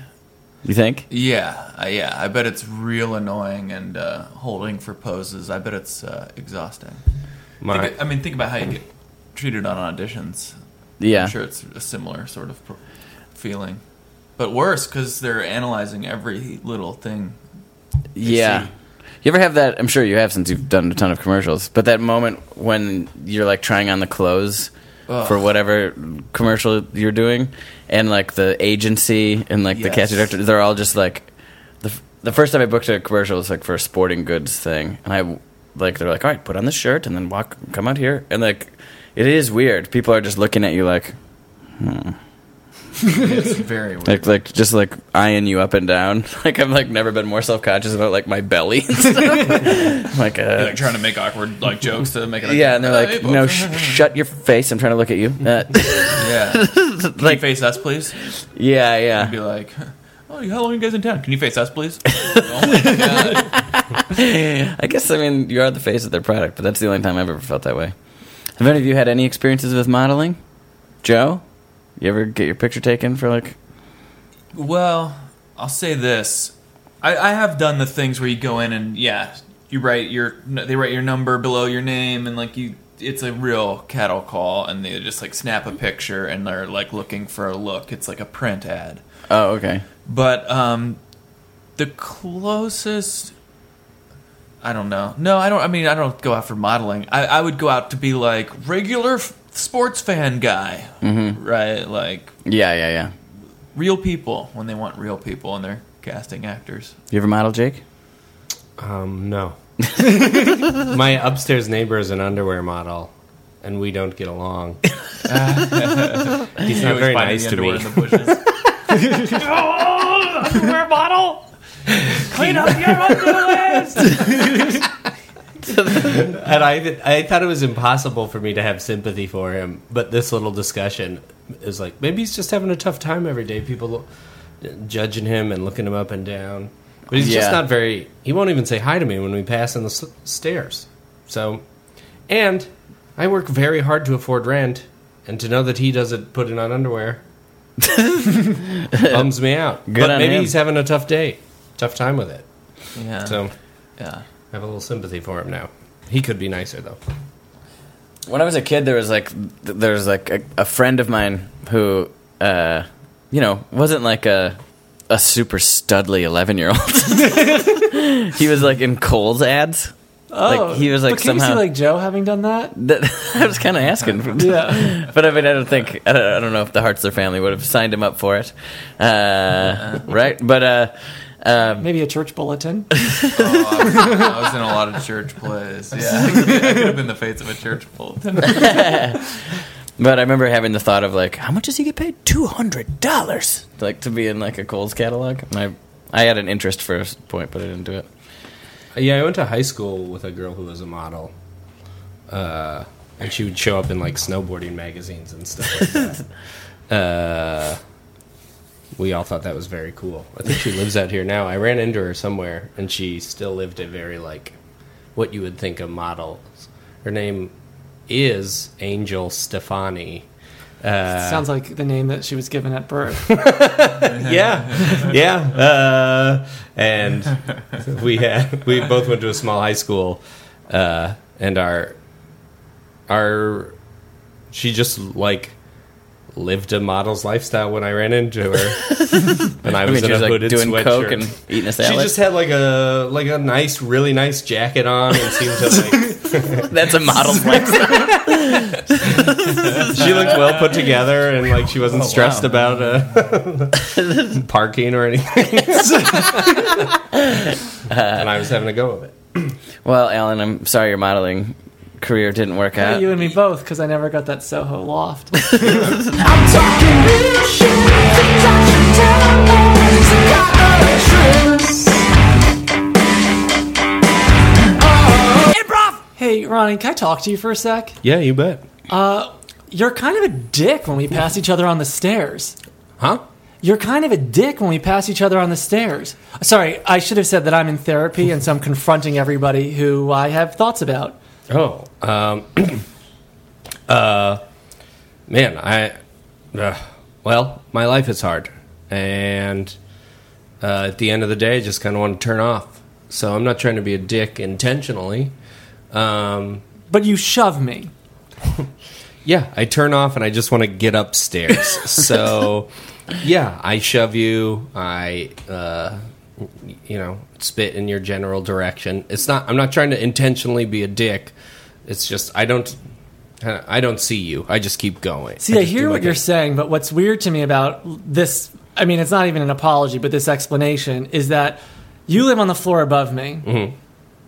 S3: You think?
S5: Yeah, uh, yeah. I bet it's real annoying and uh, holding for poses. I bet it's uh, exhausting.
S6: My,
S5: Think- I mean, think about how you get treated on auditions.
S3: Yeah.
S5: I'm sure it's a similar sort of pro- feeling, but worse because they're analyzing every little thing.
S3: Yeah. You ever have that? I'm sure you have since you've done a ton of commercials. But that moment when you're like trying on the clothes for whatever commercial you're doing, and like the agency and like the
S5: Yes.
S3: casting director, they're all just like the f- the first time I booked a commercial was like for a sporting goods thing, and I like they're like, all right, put on this shirt and then walk, come out here, and like it is weird. People are just looking at you like
S5: It's very weird.
S3: like like just like eyeing you up and down. Like I've like never been more self conscious about like my belly. and stuff. like uh,
S5: like trying to make awkward like jokes to make it.
S3: yeah, and they're
S5: Hey,
S3: like,
S5: folks.
S3: no, sh- shut your face. I'm trying to look at you. Uh,
S5: yeah. Can you
S3: like
S5: face us, please?
S3: yeah,
S5: I'd be
S3: yeah.
S5: like, oh, how long are you guys in town? Can you face us, please? oh my god.
S3: I guess I mean you are the face of their product, but that's the only time I've ever felt that way. Have any of you had any experiences with modeling, Joe? You ever get your picture taken for like?
S5: Well, I'll say this: I, I have done the things where you go in and yeah, you write your they write your number below your name and like you. It's a real cattle call, and they just like snap a picture, and they're like looking for a look. It's like a print ad.
S3: Oh, okay.
S5: But um, the closest, I don't know. No, I don't. I mean, I don't go out for modeling. I, I would go out to be like regular f- sports fan guy, right? Like
S3: Yeah, yeah, yeah.
S5: real people when they want real people and they're casting actors.
S3: You ever model, Jake?
S6: Um, no. My upstairs neighbor is an underwear model, and we don't get along. He's
S5: You
S6: not
S5: always
S6: very
S5: find
S6: nice
S5: the
S6: to
S5: underwear
S6: me.
S5: in the bushes.
S2: underwear model clean up your underwears
S6: And I, even- I thought it was impossible for me to have sympathy for him, but this little discussion is like maybe he's just having a tough time every day. People judging him and looking him up and down, but he's
S3: Yeah.
S6: just not very. He won't even say hi to me when we pass in the s- stairs. So, and I work very hard to afford rent, and to know that he doesn't put it on underwear bums me out.
S3: Good
S6: but
S3: on
S6: maybe
S3: him.
S6: he's having a tough day, tough time with it.
S5: yeah.
S6: So
S5: yeah.
S6: I have a little sympathy for him now. He could be nicer though.
S3: when I was a kid, there was like th- there was like a, a friend of mine who, uh, you know, wasn't like a a super studly 11 year old. he was like in Cole's ads.
S2: Oh,
S3: like he was like
S2: but can
S3: somehow.
S2: you see like Joe having done that?
S3: that, I was kind of asking.
S2: Yeah.
S3: but I mean, I don't think I don't, I don't know if the Hartzler family would have signed him up for it, uh, right? But uh, um,
S2: Maybe a church bulletin.
S5: I was in a lot of church plays. Yeah, I could, I could have been the face of a church bulletin.
S3: but I remember having the thought of like, how much does he get paid? Two hundred dollars, like to be in like a Coles catalog. And I I had an interest for a point, but I didn't do it.
S6: Yeah, I went to high school with a girl who was a model, uh, and she would show up in like snowboarding magazines and stuff. like that. uh, we all thought that was very cool. I think she lives out here now. I ran into her somewhere, and she still lived a very like what you would think a model. Her name is Angel Stefani.
S2: Sounds like the name that she was given at birth.
S6: yeah, yeah. Uh, and we had we both went to a small high school, uh, and our our she just like lived a model's lifestyle when I ran into her, and I
S3: I
S6: was
S3: mean, she
S6: in
S3: was
S6: a
S3: like
S6: hooded
S3: doing
S6: sweatshirt.
S3: coke and eating a
S6: she
S3: salad.
S6: just had like a like a nice, really nice jacket on, and seemed to like
S3: That's a model lifestyle.
S6: she looked well put together and like she wasn't
S5: Oh,
S6: stressed
S5: wow.
S6: about uh, parking or anything. and I was having a go with it.
S3: well, Alan, I'm sorry your modeling career didn't work out.
S2: you and me both, because I never got that Soho loft. hey, Ronnie, can I talk to you for a sec?
S6: Yeah, you bet.
S2: You're kind of a dick when we pass each other on the stairs.
S6: Huh?
S2: You're kind of a dick when we pass each other on the stairs. Sorry, I should have said that I'm in therapy and so I'm confronting everybody who I have thoughts about.
S6: Oh, um, uh, man, I, uh, well, my life is hard, and uh, at the end of the day, I just kind of want to turn off. So I'm not trying to be a dick intentionally. Um,
S2: But you shove me.
S6: Yeah, I turn off and I just want to get upstairs. so, yeah, I shove you. I, uh, you know, spit in your general direction. It's not. I'm not trying to intentionally be a dick. It's just I don't. I don't see you. I just keep going.
S2: See, I,
S6: just do
S2: hear
S6: my
S2: what you're
S6: thing.
S2: saying, but what's weird to me about this, I mean, it's not even an apology, but this explanation is that you live on the floor above me.
S6: Mm-hmm.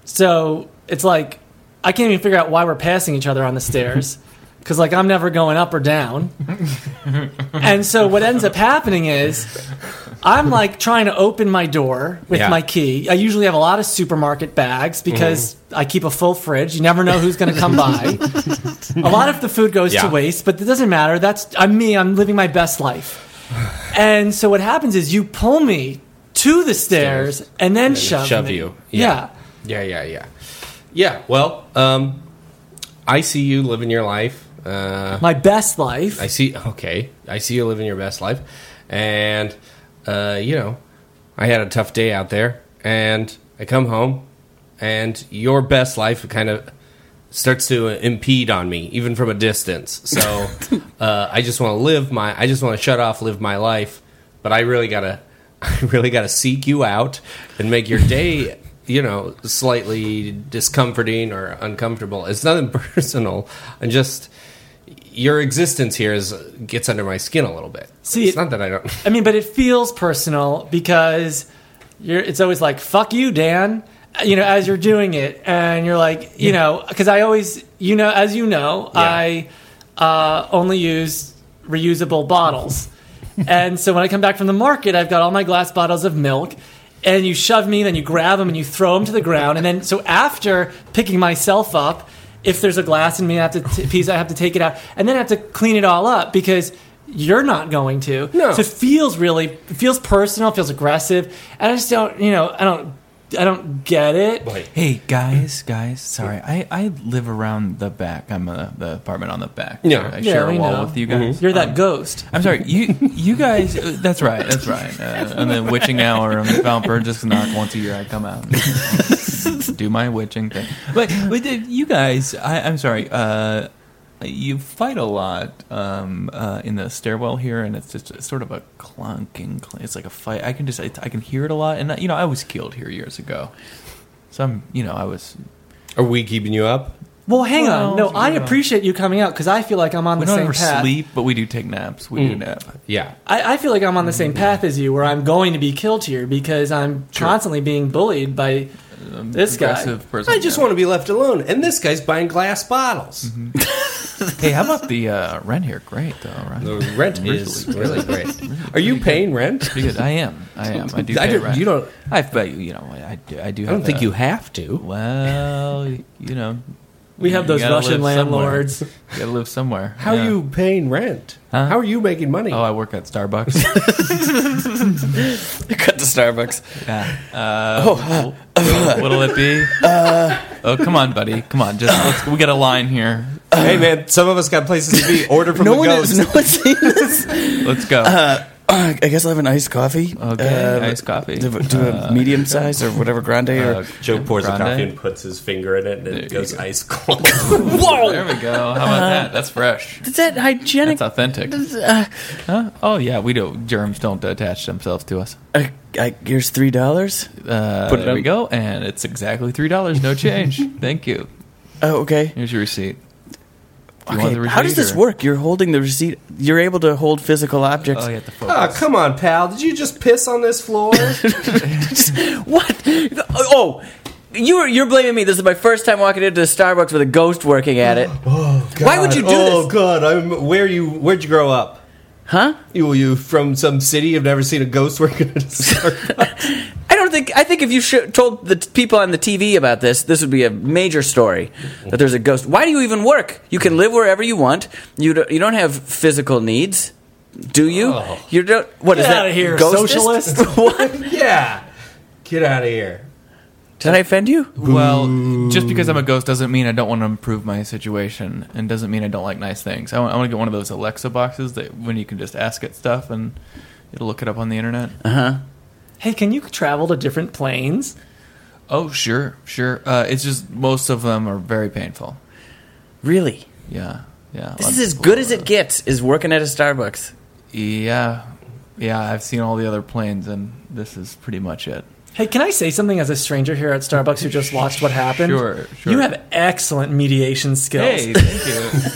S2: So it's like, I can't even figure out why we're passing each other on the stairs. Because, like, I'm never going up or down. and so what ends up happening is I'm like trying to open my door with
S6: Yeah.
S2: my key. I usually have a lot of supermarket bags because
S6: Mm-hmm.
S2: I keep a full fridge. You never know who's going to come by. a lot of the food goes
S6: Yeah.
S2: to waste, but it doesn't matter. That's I'm me. I'm living my best life. And so what happens is you pull me to the stairs, and then shove,
S6: shove
S2: me.
S6: you.
S2: Yeah.
S6: Yeah, yeah, yeah, yeah. Well, um, I see you living your life. Uh,
S2: my best life.
S6: I see. Okay, I see you living your best life, and uh, you know, I had a tough day out there, and I come home, and your best life kind of starts to impede on me, even from a distance. So uh, I just want to live my. I just want to shut off, live my life, but I really gotta. I really gotta seek you out and make your day. You know, slightly discomforting or uncomfortable. It's nothing personal. I'm just your existence here is gets under my skin a little bit.
S2: See,
S6: it's not that I don't.
S2: I mean, but it feels personal because you're. It's always like "fuck you, Dan," you know, as you're doing it, and you're like, you know, because I always, you know, as you know, I uh, only use reusable bottles, and so when I come back from the market, I've got all my glass bottles of milk. And you shove me, then you grab them and you throw them to the ground, and then so after picking myself up, if there's a glass in me, I have to t- piece, I have to take it out, and then I have to clean it all up because you're not going to.
S6: No.
S2: So it feels really it feels personal, it feels aggressive, and I just don't, you know, I don't, I don't get it.
S5: Hey guys, guys, sorry. I, I live around the back. I'm uh, the apartment on the back.
S6: Yeah.
S5: I
S2: Yeah,
S5: share
S2: we
S5: a wall
S2: know.
S5: with you guys.
S2: You're that
S5: Um,
S2: ghost.
S5: I'm sorry, you you guys. uh, That's right, that's right. Uh, on the witching hour on the Valper, just knock once a year. I come out, and do my witching thing. But, but uh, you guys, I, I'm sorry. Uh, you fight a lot um, uh, in the stairwell here, and it's just it's sort of a clunking. cl- It's like a fight. I can just I, I can hear it a lot, and uh, you know I was killed here years ago. So I'm you know I was
S6: Are we keeping you up?
S2: Well, hang on. No,
S5: Well,
S2: I
S5: you know.
S2: appreciate you coming out because I feel like I'm on
S5: we
S2: the
S5: don't
S2: same
S5: ever
S2: path.
S5: sleep, but we do take naps. We do nap.
S6: Yeah.
S2: I, I feel like I'm on the same
S5: Mm.
S2: path as you, where I'm going to be killed here because I'm constantly being bullied by this guy.
S5: Um, Aggressive person.
S6: I just
S5: yeah.
S6: want to be left alone, and this guy's buying glass bottles.
S5: Hey, how about the uh, rent here? Great though, right?
S6: The rent is really great. Are you paying rent?
S5: Because I am, I am, I do. Pay
S6: I don't-
S5: rent.
S6: you don't-
S5: I but you know, I do. I do.
S6: I
S5: Have
S6: don't think
S5: that.
S6: you have to.
S5: Well, you know,
S2: we have
S5: you
S2: those
S5: gotta
S2: Russian
S5: live somewhere.
S2: landlords.
S5: you gotta live somewhere.
S6: How
S5: Yeah.
S6: are you paying rent?
S5: Huh?
S6: How are you making money?
S5: Oh, I work at Starbucks.
S3: Cut to Starbucks.
S5: yeah. Uh, what'll, what'll it be?
S6: Uh,
S5: oh, come on, buddy. Come on. Just let's, we got a line here.
S6: hey, man, some of us got places to be. Order from
S3: No
S6: the
S3: one
S6: ghost.
S3: is, no one's seen this.
S5: Let's go.
S6: Uh,
S3: I guess I'll have an iced coffee. Um,
S5: Okay, iced coffee.
S3: Do, do a medium size or whatever grande or.
S5: Uh,
S6: Joe pours
S5: Grande?
S6: the coffee and puts his finger in it, and it goes ice cold.
S5: Oh, there we go. How about
S6: Uh,
S5: that? That's fresh.
S3: Is that hygienic?
S5: That's authentic. Huh? Oh yeah, we do. Germs don't attach themselves to us.
S3: Uh, I, here's three dollars.
S5: Uh,
S3: Put it
S5: there we
S3: up.
S5: go, and it's exactly three dollars, no change. Thank you.
S3: Oh, okay.
S5: Here's your receipt. Do you want
S3: okay.
S5: the
S3: How does
S5: receipt,
S3: this
S5: or-
S3: work? You're holding the receipt. You're able to hold physical objects.
S5: Oh, you have to focus.
S6: oh, come on, pal. Did you just piss on this floor?
S3: What? Oh, you were, you're blaming me. This is my first time walking into a Starbucks with a ghost working at it. Why would you do
S6: oh,
S3: this?
S6: God. I'm, where you, where'd you grow up?
S3: Huh?
S6: You, you from some city? You've never seen a ghost working at a Starbucks?
S3: I don't think. I think if you sh- told the t- people on the TV about this, this would be a major story that there's a ghost. Why do you even work? You can live wherever you want. You do, you don't have physical needs, do you? You don't. What is
S2: Get
S3: that?
S2: outta here,
S3: ghostist?
S2: socialist.
S3: what?
S6: yeah. Get out of here.
S3: Did I offend you?
S5: Well, just because I'm a ghost doesn't mean I don't want to improve my situation, and doesn't mean I don't like nice things. I want, I want to get one of those Alexa boxes that when you can just ask it stuff and it'll look it up on the internet.
S3: Uh-huh.
S2: hey, can you travel to different planes?
S5: Oh, sure, sure. Uh, it's just most of them are very painful.
S3: Really?
S5: Yeah, yeah.
S3: This is as good as it gets. Is working at a Starbucks.
S5: Yeah, yeah. I've seen all the other planes, and this is pretty much it.
S2: Hey, can I say something as a stranger here at Starbucks who just watched what happened?
S5: Sure, sure.
S2: You have excellent mediation skills.
S5: Hey, thank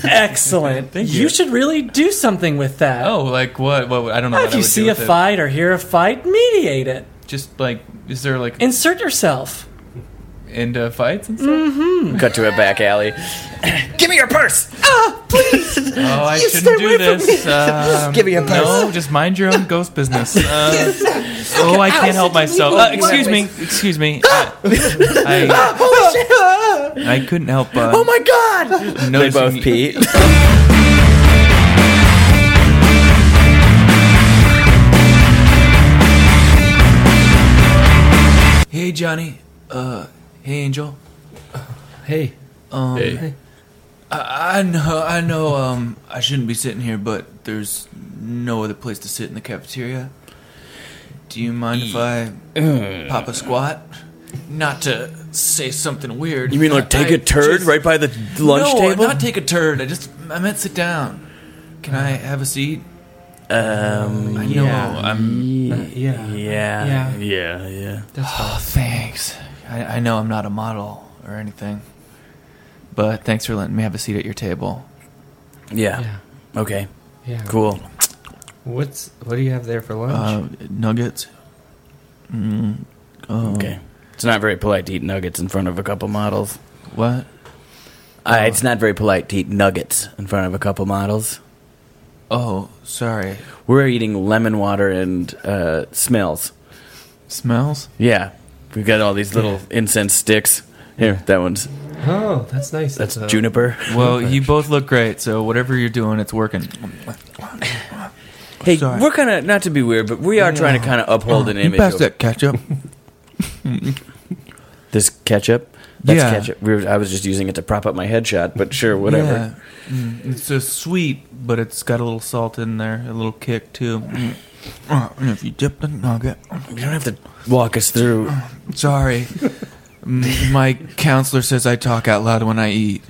S5: you.
S2: Excellent.
S5: Thank
S2: you.
S5: you.
S2: should really do something with that.
S5: Oh, like what? What? would- I don't know. what
S2: if
S5: I
S2: you
S5: would do
S2: see a
S5: with it.
S2: fight or hear a fight, mediate it.
S5: just like is there like
S2: Insert yourself.
S5: into fights and stuff?
S3: Cut to a back alley. Give me your purse. Ah, please.
S5: Oh, I
S3: You
S5: shouldn't
S3: stay
S5: do
S3: away from
S5: this. Um,
S3: Give me a
S5: No,
S3: purse.
S5: just mind your own ghost business. Uh, oh, I can't help myself. Uh, excuse me. Excuse me. Uh, I,
S3: Holy Oh, shit.
S5: I couldn't help. Uh,
S3: Oh my god. They
S5: noticing
S3: both
S5: you-
S3: Pete.
S5: Hey, Johnny. Uh, hey, Angel.
S6: Hey.
S5: Um,
S6: Hey.
S5: I, I know. I know. Um, I shouldn't be sitting here, but there's no other place to sit in the cafeteria. Do you mind if I pop a squat? Not to say something weird.
S3: You mean like take
S5: a
S3: a turd right by the lunch
S5: no,
S3: table?
S5: not take a turd. I just I meant sit down. Can I have a seat?
S3: um,
S5: I know I'm.
S3: yeah, yeah,
S5: Yeah.
S3: yeah, yeah.
S5: Oh, thanks. I, I know I'm not a model or anything, but thanks for letting me have a seat at your table.
S3: Yeah. Okay.
S6: Yeah.
S3: Cool.
S6: What's what do you have there for lunch?
S5: Uh, nuggets. Mm, oh,
S3: Okay. It's not very polite to eat nuggets in front of a couple models.
S5: What?
S3: Uh, it's not very polite to eat nuggets in front of a couple models.
S5: Oh, sorry.
S3: We're eating lemon water and uh, smells.
S5: Smells?
S3: Yeah. We've got all these little incense sticks. Here, that one's
S6: oh, that's nice.
S3: that's
S6: uh,
S3: juniper.
S5: Well, you both look great, so whatever you're doing, it's working.
S3: Hey,
S5: Sorry.
S3: we're kind of not to be weird, but we are trying to kind of uphold an
S5: You
S3: image.
S5: passed
S3: of
S5: that ketchup?
S3: This ketchup. That's
S5: Yeah.
S3: ketchup. We were, I was just using it to prop up my headshot, but sure, whatever.
S5: Yeah. Mm, it's a sweet, but it's got a little salt in there, a little kick too. Mm. Uh, And if you dip the nugget,
S3: You don't have to walk us through.
S5: sorry. Mm, My counselor says I talk out loud when I eat.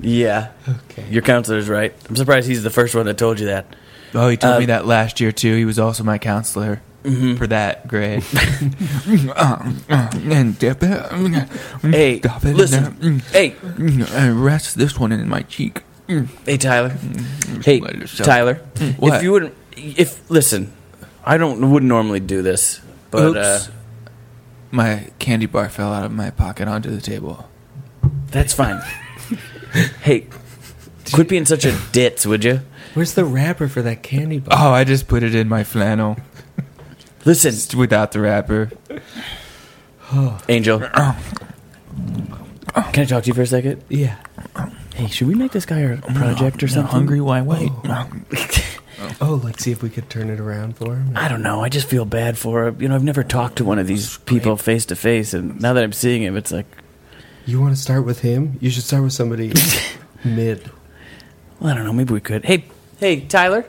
S3: Yeah. Okay. Your counselor's right. I'm surprised he's the first one that told you that.
S5: Oh, he told
S3: Uh, Mm-hmm.
S5: me that last year too. He was also my counselor for that grade. and dip it.
S3: Hey,
S5: Stop it.
S3: listen. Hey,
S5: I rest this one in my cheek.
S3: hey, Tyler.
S5: Mm,
S3: Hey,
S5: Let yourself-
S3: Tyler.
S5: Hmm. What?
S3: If you wouldn't, if listen, I don't wouldn't normally do this, but uh,
S5: Oops. My candy bar fell out of my pocket onto the table.
S3: that's fine. hey, quit being such a ditz, would you?
S6: Where's the wrapper for that candy bar?
S5: Oh, I just put it in my flannel
S3: Listen,
S5: It's without the wrapper.
S3: Angel. Can I talk to you for a second?
S6: yeah.
S3: Hey, should we make this guy our project or something?
S5: Hungry? Why wait?
S6: Oh, let's see if we could turn it around for him.
S3: I don't know. I just feel bad for him. You know, I've never talked to one of these people face to face, and now that I'm seeing him, it's like,
S6: You want to start with him? You should start with somebody mid.
S3: well, I don't know. Maybe we could. Hey, hey, Tyler.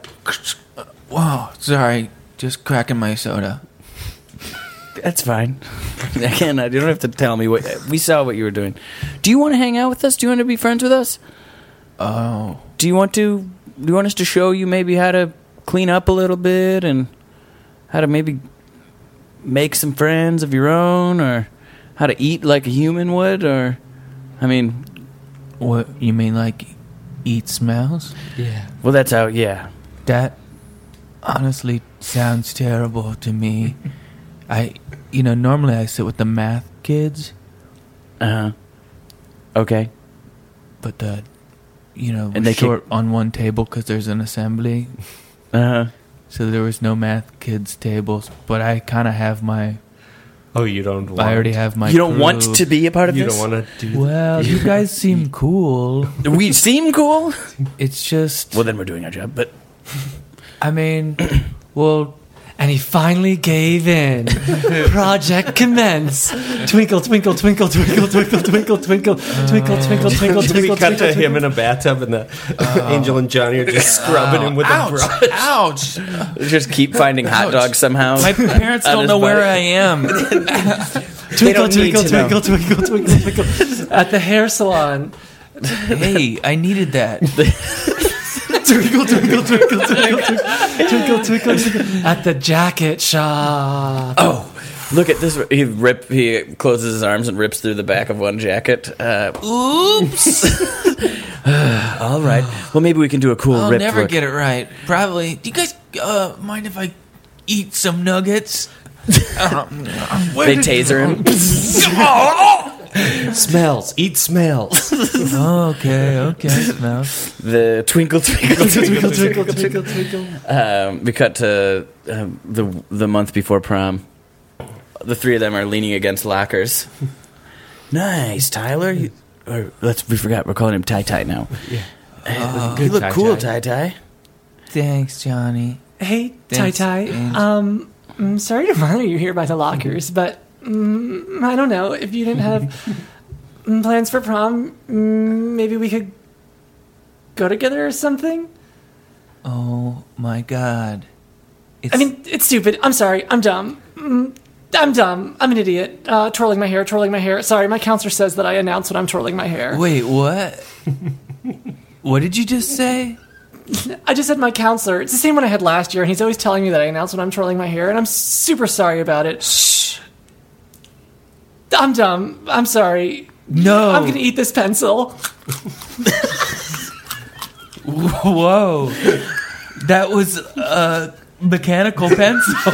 S5: Whoa, sorry. Just cracking my soda.
S3: That's fine. Again, I- you don't have to tell me what we saw. What you were doing. Do you want to hang out with us? Do you want to be friends with us?
S5: Oh.
S3: Do you want to? Do you want us to show you maybe how to clean up a little bit and how to maybe make some friends of your own, or how to eat like a human would, or I mean,
S5: What? You mean like eat smells?
S6: Yeah.
S3: well, that's how. Yeah,
S5: That honestly sounds terrible to me. I, you know, normally I sit with the math kids,
S3: Uh huh. Okay.
S5: but the, you know,
S3: And
S5: and
S3: they
S5: they
S3: kick-
S5: short on one table because there's an assembly,
S3: Uh
S6: Uh-huh.
S3: huh.
S5: so there was no math kids tables. But I kind of have my,
S6: Oh, you don't want
S5: I already have my.
S3: You don't
S5: crew.
S3: want to be a part of
S6: You
S3: this.
S6: don't want to do
S5: Well, you guys seem cool.
S3: we seem cool.
S5: It's just,
S3: Well, then we're doing our job. But
S5: I mean, well,
S2: And he finally gave in. Project commence. Twinkle, twinkle, twinkle, twinkle, twinkle, twinkle, twinkle, twinkle, twinkle, twinkle, twinkle,
S6: we cut to
S2: twinkle.
S6: him in a Oh. bathtub and the Angel and Johnny are just scrubbing him with a brush.
S5: ouch!
S3: just keep finding hot dogs somehow.
S5: My parents
S3: That
S5: don't
S3: is
S5: know where
S3: funny.
S5: I am.
S2: Twinkle,
S3: don't need to
S2: twinkle,
S3: know.
S2: twinkle, twinkle, twinkle, twinkle. At the hair salon.
S5: hey, I needed that.
S2: Twinkle, twinkle, twinkle, twinkle, twinkle, twinkle, twinkle, twinkle. At the jacket shop.
S3: Oh, Look at this. He rip. He closes his arms and rips through the back of one jacket. Uh, oops. All right. Well, maybe we can do a cool
S5: I'll
S3: rip.
S5: never
S3: look.
S5: get it right. Probably. Do you guys uh, mind if I eat some nuggets?
S3: They taser him.
S6: Smells. Eat smells.
S5: okay, okay. Smells.
S3: the twinkle, twinkle,
S2: Twinkle,
S3: twinkle.
S2: twinkle, twinkle, twinkle.
S3: um, we cut to um, the the month before prom. The three of them are leaning against lockers. nice, Tyler. You, or let's we forgot we're calling him Tie Tie now. Yeah, you look cool, Tie Tie.
S5: Thanks, Johnny.
S2: Hey, Tai
S5: Thanks,
S2: Tai.
S5: Ange.
S2: Um, I'm sorry to bother you here by the lockers, but mm, I don't know if you didn't have mm, plans for prom. mm, Maybe we could go together or something.
S5: Oh my God. It's,
S2: I mean, it's stupid. I'm sorry. I'm dumb. Mm, I'm dumb. I'm an idiot. Uh, twirling my hair, twirling my hair. Sorry, my counselor says that I announce when I'm twirling my hair.
S5: wait, what? what did you just say?
S2: I just had my counselor. It's the same one I had last year, and he's always telling me that I announce when I'm twirling my hair, and I'm super sorry about it. Shh. I'm dumb. I'm sorry.
S5: No.
S2: I'm gonna eat this pencil.
S5: Whoa. That was a mechanical pencil.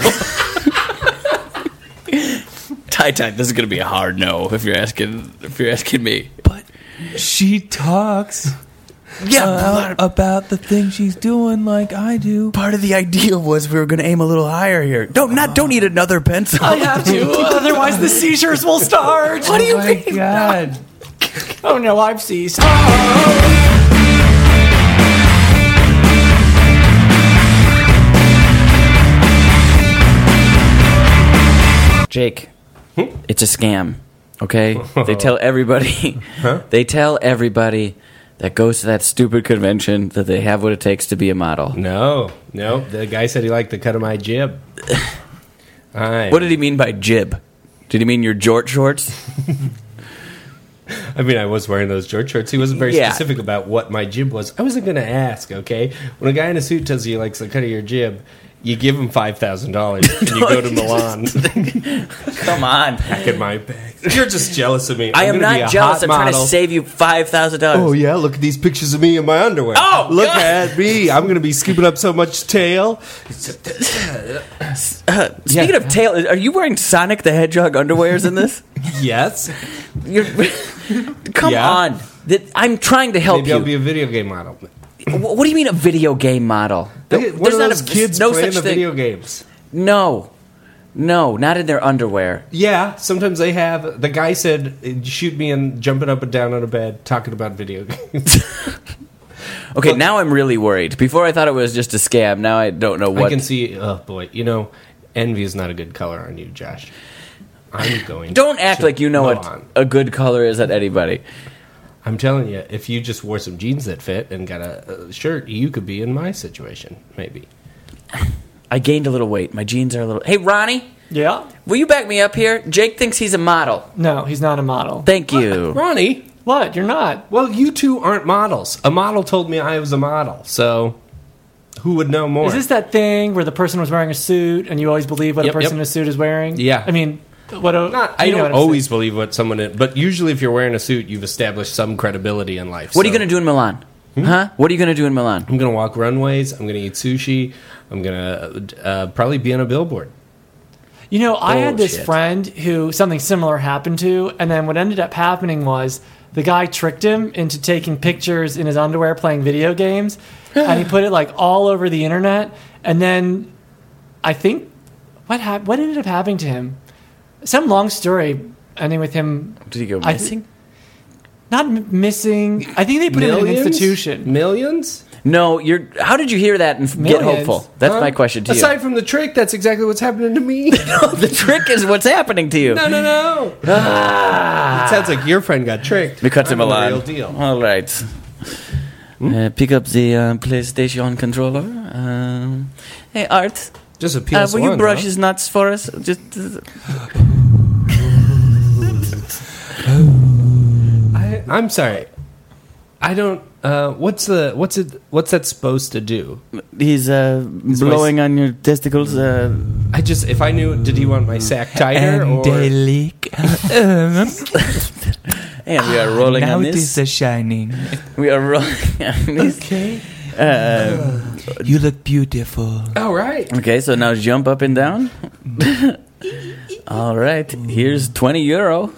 S3: Tie Tie. This is gonna be a hard no if you're asking if you're asking me.
S5: but she talks.
S3: Yeah,
S5: uh, about the thing she's doing like I do.
S3: part of the idea was we were gonna aim a little higher here. No, not don't need another pencil.
S2: I have to, otherwise the seizures will start.
S3: what do you
S5: My
S3: mean?
S5: God.
S2: Oh no, I've seized.
S3: Jake,
S6: Hmm?
S3: it's a scam. Okay? They tell everybody they tell everybody that goes to that stupid convention that they have what it takes to be a model.
S6: No, no. The guy said he liked the cut of my jib. I
S3: What did he mean by jib? Did he mean your jort shorts?
S6: I mean, I was wearing those George shorts. He wasn't very
S3: Yeah.
S6: specific about what my jib was. I wasn't going to ask, okay? When a guy in a suit tells you he likes the cut of your jib, you give him $5,000 and you go to Milan.
S3: Come on.
S6: Back in my bag. You're just jealous of me.
S3: I am
S6: I'm gonna be a
S3: not jealous.
S6: hot
S3: I'm trying to
S6: model.
S3: save you five thousand
S6: Oh
S3: dollars.
S6: yeah, look at these pictures of me in my underwear.
S3: Oh,
S6: look
S3: God.
S6: at me! I'm gonna be scooping up so much tail.
S3: Uh, Speaking of tail, are you wearing Sonic the Hedgehog underwears in this?
S6: Yes,
S3: You're, come
S6: Yeah.
S3: on. That- I'm trying to help
S6: maybe
S3: you.
S6: I'll be a video game model.
S3: Wh- what do you mean a video game model?
S6: Look at one of those kids
S3: no
S6: playing
S3: such
S6: the
S3: thing.
S6: video games.
S3: No, no, not in their underwear.
S6: Yeah, sometimes they have. The guy said, "Shoot me and jumping up and down on a bed, talking about video games."
S3: Okay, now I'm really worried. Before I thought it was just a scam. Now I don't know
S6: I
S3: what.
S6: can see. Oh boy, you know, envy is not a good color on you, Josh. I'm going.
S3: don't act
S6: to
S3: like you know what
S6: Milan.
S3: a good color is at anybody.
S6: I'm telling you, if you just wore some jeans that fit and got a, a shirt, you could be in my situation, maybe.
S3: I gained a little weight. My jeans are a little. Hey, Ronnie,
S2: Yeah.
S3: will you back me up here? Jake thinks he's a model.
S2: No, he's not a model.
S3: Thank you.
S6: Ronnie,
S2: What? You're not.
S6: Well, you two aren't models. A model told me I was a model, so who would know more?
S2: Is this that thing where the person was wearing a suit and you always believe what
S6: Yep,
S2: a
S6: yep.
S2: person in a suit is wearing?
S6: Yeah.
S2: I mean, what a,
S6: not, I
S2: you know
S6: don't
S2: what I'm saying.
S6: always believe what someone is, but usually if you're wearing a suit, you've established some credibility in life.
S3: What are you going to do in Milan? Huh? What are you going to do in Milan?
S6: I'm going to walk runways. I'm going to eat sushi. I'm going to uh, probably be on a billboard.
S2: You know, I had this
S6: Bullshit.
S2: friend who something similar happened to, and then what ended up happening was the guy tricked him into taking pictures in his underwear playing video games, and he put it like all over the internet. And then I think what hap- what ended up happening to him? Some long story ending with him
S3: Did he go
S2: I thi-
S3: missing?
S2: not m- missing. I think they put him in an institution.
S6: Millions?
S3: no, you're. How did you hear that and f- get
S2: Millions.
S3: hopeful? That's
S6: Huh?
S3: my question to you.
S6: Aside from the trick, that's exactly what's happening to me.
S3: the trick is what's happening to you.
S6: no, no, no. It sounds like your friend got tricked.
S3: Ah. We cut to
S6: I'm the
S3: Milan.
S6: Real deal.
S3: All right. Uh, pick up the uh, PlayStation controller. Um, hey, Art,
S6: Just a
S3: uh,
S6: PS1.
S3: will you brush
S6: huh?
S3: his nuts for us? Just uh,
S6: I, I'm sorry. I don't. Uh, what's the what's it what's that supposed to do?
S3: he's uh, blowing on your testicles. Uh,
S6: I just if I knew, did he want my sack tighter or?
S7: And they leak. um,
S3: and we are rolling
S7: now
S3: on
S7: it
S3: this.
S7: is a shining.
S3: we are rolling on this.
S7: Okay.
S3: Uh,
S7: You look beautiful.
S6: All Oh, right.
S3: okay, so now jump up and down. All right, here's twenty euro.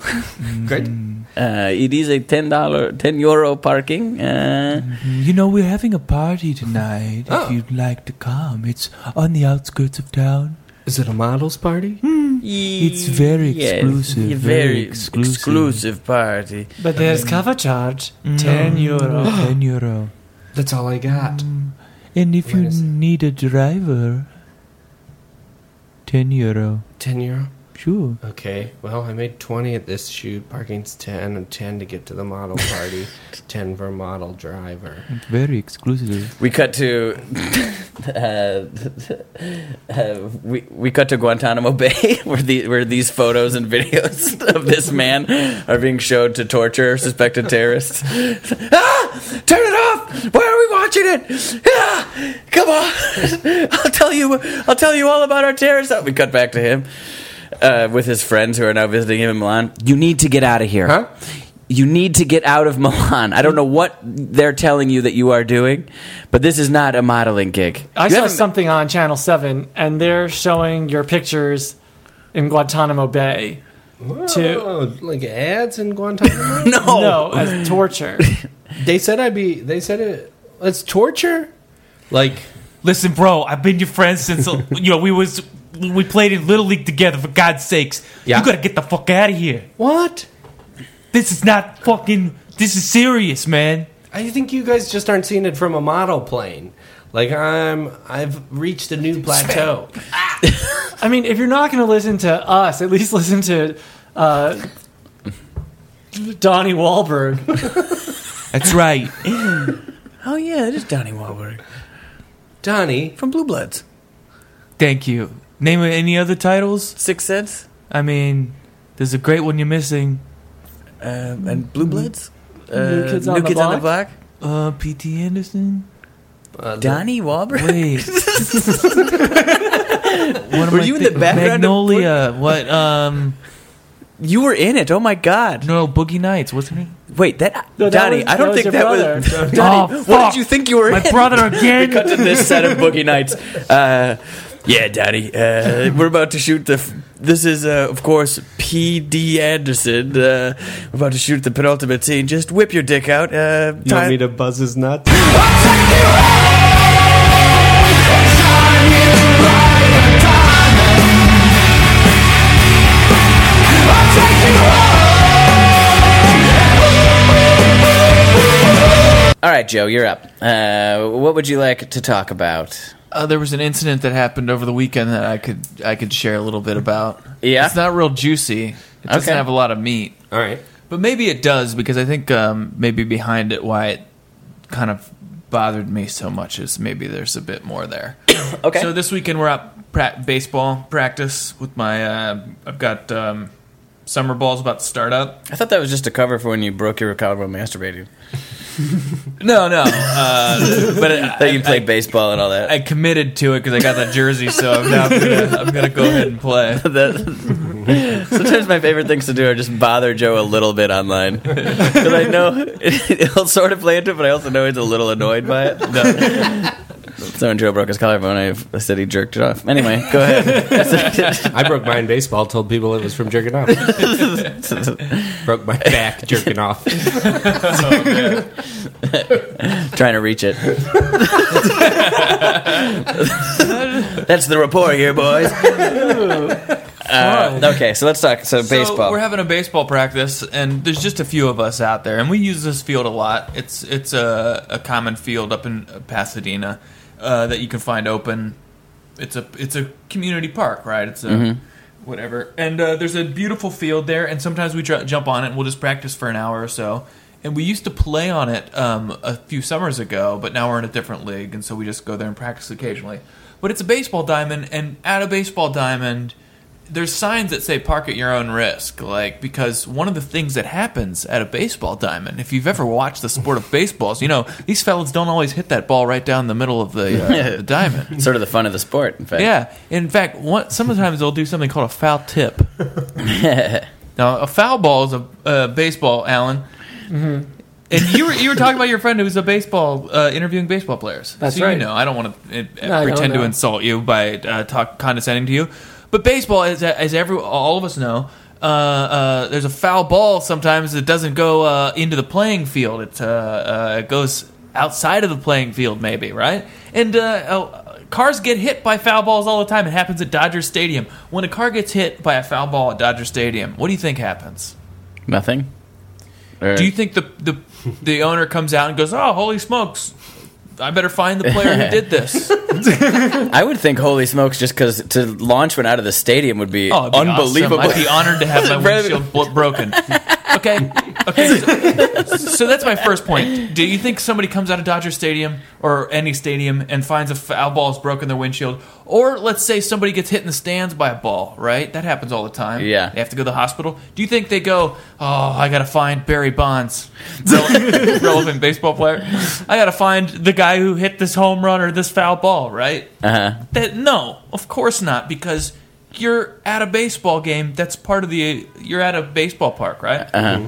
S6: Great.
S3: Uh, it is a ten dollar, ten euro parking. Uh,
S7: You know, we're having a party tonight.
S6: Oh.
S7: If you'd like to come, it's on the outskirts of town.
S6: Is it a models party?
S2: Hmm.
S7: It's very exclusive,
S3: yeah,
S7: very
S3: very
S7: exclusive.
S3: exclusive party.
S2: But there's cover charge,
S5: Mm.
S2: ten euro.
S7: 10 euro.
S6: Mm.
S7: Mm.
S6: That's all I got.
S7: And if you
S6: Where is it?
S7: need a driver, 10 euro.
S6: Ten euro.
S7: Sure.
S6: Okay. Well, I made twenty at this shoot. Parking's ten and ten to get to the model party. ten for model driver.
S7: It's very exclusive.
S3: We cut to uh, uh, we we cut to Guantanamo Bay, where the where these photos and videos of this man are being showed to torture suspected terrorists. ah, turn it off! Why are we watching it? Ah, come on! I'll tell you. I'll tell you all about our terrorists. Oh, We cut back to him uh, with his friends who are now visiting him in Milan. You need to get out of here.
S6: Huh?
S3: You need to get out of Milan. I don't know what they're telling you that you are doing, but this is not a modeling gig.
S2: I
S3: You
S2: saw
S3: haven't-
S2: something on Channel 7, and they're showing your pictures in Guantanamo Bay. To,
S6: Oh, like ads in Guantanamo.
S3: No.
S2: No, as torture.
S6: they said I'd be. They said it. It's torture. Like
S7: Listen, bro, I've been your friend since, uh, you know, we was we played in Little League together, for God's sakes.
S6: Yeah.
S7: You gotta get the fuck out of here.
S6: what?
S7: This is not fucking, this is serious, man.
S6: I think you guys just aren't seeing it from a model plane. Like I'm, I've reached a new plateau.
S2: I mean, if you're not going to listen to us, at least listen to uh, Donnie Wahlberg.
S7: That's right.
S3: Oh yeah, it is Donnie Wahlberg
S6: Donnie,
S3: from Blue Bloods.
S7: Thank you. Name any other titles?
S3: Six Sense.
S7: I mean, there's a great one you're missing.
S8: um, and Blue Bloods, uh,
S2: New Kids on the
S8: Block,
S5: Uh, P.T. Anderson.
S4: Uh, the-
S8: Donnie Wahlberg.
S5: Wait. what am
S8: Were you in the
S5: thi-
S8: background of-
S5: Magnolia. what? Um.
S8: You were in it. Oh my God!
S5: No, Boogie Nights. What's her name?
S8: Wait, that
S2: No, that
S8: Donnie.
S2: was-
S8: I
S2: that
S8: don't
S2: was
S8: think
S2: your
S8: that
S2: brother.
S8: was Donnie.
S7: Oh,
S8: what
S7: fuck.
S8: did you think you were?
S7: My
S8: in?
S7: brother again.
S8: Cut to this set of Boogie Nights. Uh, yeah, Daddy. Uh, we're about to shoot the. F- this is, uh, of course, P.D. Anderson. Uh, we're about to shoot the penultimate scene. Just whip your dick out.
S4: You
S8: Uh,
S4: want
S8: Ty-
S4: me to buzz his nuts?
S3: All right, Joe, you're up. Uh, what would you like to talk about?
S5: Uh, there was an incident that happened over the weekend that I could I could share a little bit about.
S3: Yeah?
S5: it's not real juicy. It doesn't
S3: Okay.
S5: have a lot of meat,
S4: All right.
S5: but maybe it does because I think um, maybe behind it why it kind of bothered me so much is maybe there's a bit more there.
S3: Okay.
S5: So this weekend we're at pra- baseball practice with my uh, I've got um, summer balls about to start up.
S3: I thought that was just a cover for when you broke your record while masturbating.
S5: No, no. Uh, but I,
S3: That you played baseball and all that.
S5: I committed to it because I got that jersey, so I'm, now gonna, I'm gonna go ahead and play.
S3: That, sometimes my favorite things to do are just bother Joe a little bit online because I know he'll sort of play into it, but I also know he's a little annoyed by it. So when Joe broke his collarbone, I I said he jerked it off. Anyway, go ahead.
S6: I broke mine in baseball, told people it was from jerking off. broke my back jerking off.
S3: Trying to reach it. That's the rapport here, boys. Uh, okay, so let's talk. So,
S5: So
S3: baseball.
S5: we're having a baseball practice, and there's just a few of us out there, and we use this field a lot. It's it's a, a common field up in Pasadena uh, that you can find open. It's a it's a community park, right? It's a whatever, and uh, there's a beautiful field there, and sometimes we dr- jump on it, and we'll just practice for an hour or so. And we used to play on it um, a few summers ago, but now we're in a different league, and so we just go there and practice occasionally. But it's a baseball diamond, and at a baseball diamond, there's signs that say park at your own risk like because one of the things that happens at a baseball diamond if you've ever watched the sport of baseballs you know these fellas don't always hit that ball right down the middle of the, uh, the diamond
S3: sort of the fun of the sport, in fact.
S5: yeah in fact one, sometimes they'll do something called a foul tip now a foul ball is a uh, baseball alan
S2: Mm-hmm.
S5: and you were, you were talking about your friend who's a baseball uh, interviewing baseball players
S2: That's
S5: so
S2: right.
S5: you know i don't want to uh,
S2: No, I don't
S5: pretend to
S2: know.
S5: insult you by uh, talk condescending to you. But baseball, as, as every all of us know, uh, uh, there's a foul ball sometimes that doesn't go uh, into the playing field. It, uh, uh, it goes outside of the playing field, maybe right? And uh, uh, cars get hit by foul balls all the time. It happens at Dodger Stadium. When a car gets hit by a foul ball at Dodger Stadium, what do you think happens?
S3: Nothing? Or-
S5: Do you think the the the owner comes out and goes, "Oh, holy smokes! I better find the player who did this."
S3: I would think holy smokes, just because to launch one out of the stadium would be,
S5: Oh, it'd be
S3: unbelievable.
S5: awesome. I'd be honored to have my windshield bl- broken. Okay. Okay. So, so that's my first point. Do you think somebody comes out of Dodger Stadium or any stadium and finds a foul ball's broken their windshield? Or let's say somebody gets hit in the stands by a ball, right? That happens all the time.
S3: Yeah.
S5: They have to go to the hospital. Do you think they go, oh, I got to find Barry Bonds, relevant, relevant baseball player? I got to find the guy who hit this home run or this foul ball, right?
S3: uh-huh.
S5: That no, of course not, because you're at a baseball game. That's part of the. You're at a baseball park, right?
S3: Uh-huh.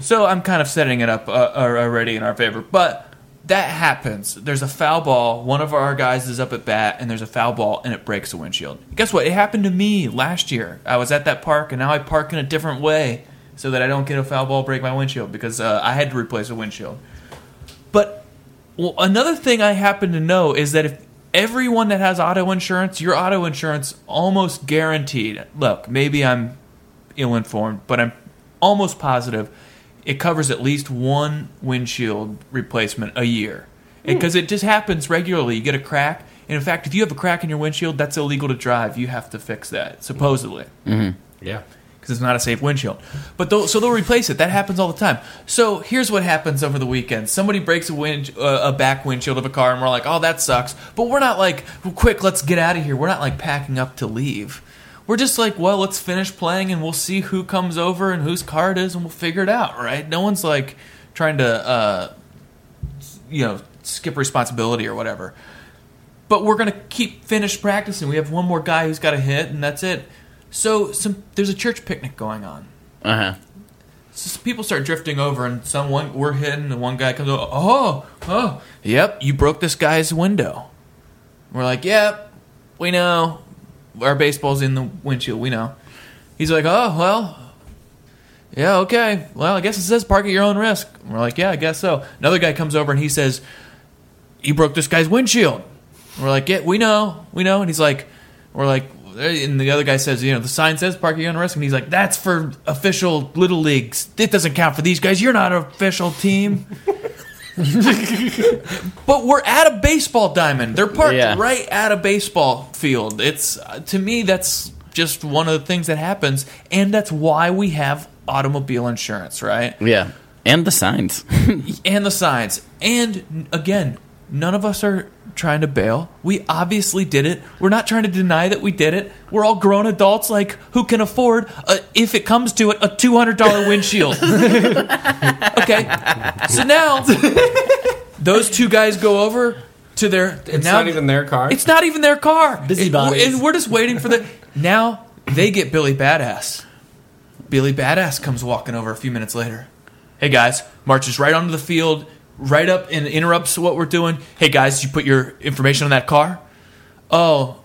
S5: So I'm kind of setting it up uh, uh, already in our favor, but that happens. There's a foul ball. One of our guys is up at bat, and there's a foul ball, and it breaks the windshield. Guess what? It happened to me last year. I was at that park, and now I park in a different way so that I don't get a foul ball break my windshield because uh, I had to replace a windshield. But well, another thing I happen to know is that if everyone that has auto insurance, your auto insurance almost guaranteed. Look, maybe I'm ill informed, but I'm almost positive it covers at least one windshield replacement a year. Because it just happens regularly. You get a crack. And in fact, if you have a crack in your windshield, that's illegal to drive. You have to fix that, supposedly
S6: Yeah.
S5: because it's not a safe windshield. But they'll, so they'll replace it. That happens all the time. So here's what happens over the weekend: somebody breaks a wind, uh, a back windshield of a car, and we're like, "Oh, that sucks." But we're not like, well, "Quick, let's get out of here." We're not like packing up to leave. We're just like, well, let's finish playing and we'll see who comes over and whose car it is and we'll figure it out, right? No one's like trying to, uh, you know, skip responsibility or whatever. But we're gonna keep finish practicing. We have one more guy who's got a hit, and that's it. So some there's a church picnic going on.
S8: Uh
S3: Uh-huh.
S8: huh.
S5: So people start drifting over, and someone we're hitting, and one guy comes over. Oh, oh, yep, you broke this guy's window. We're like, yep, we know. Our baseball's in the windshield. We know. He's like, oh well, yeah, okay. Well, I guess it says park at your own risk. And we're like, yeah, I guess so. Another guy comes over and he says, you broke this guy's windshield. And we're like, yeah, we know, we know. And he's like, we're like, and the other guy says, you know, the sign says park at your own risk. And he's like, that's for official little leagues. It doesn't count for these guys. You're not an official team. but we're at a baseball diamond. They're parked
S8: Yeah.
S5: right at a baseball field. It's uh, to me that's just one of the things that happens, and that's why we have automobile insurance, right?
S8: Yeah. And the signs.
S5: and the signs. And n- again, none of us are trying to bail. We obviously did it. We're not trying to deny that we did it. We're all grown adults, like who can afford, a, if it comes to it, a two hundred dollar windshield. okay, so now those two guys go over to their.
S6: It's
S5: now,
S6: not even their car.
S5: It's not even their car.
S2: Busybodies.
S5: And we're just waiting for the. Now they get Billy Badass. Billy Badass comes walking over a few minutes later. Hey guys, marches right onto the field, right up and interrupts what we're doing. Hey guys, you put your information on that car? Oh,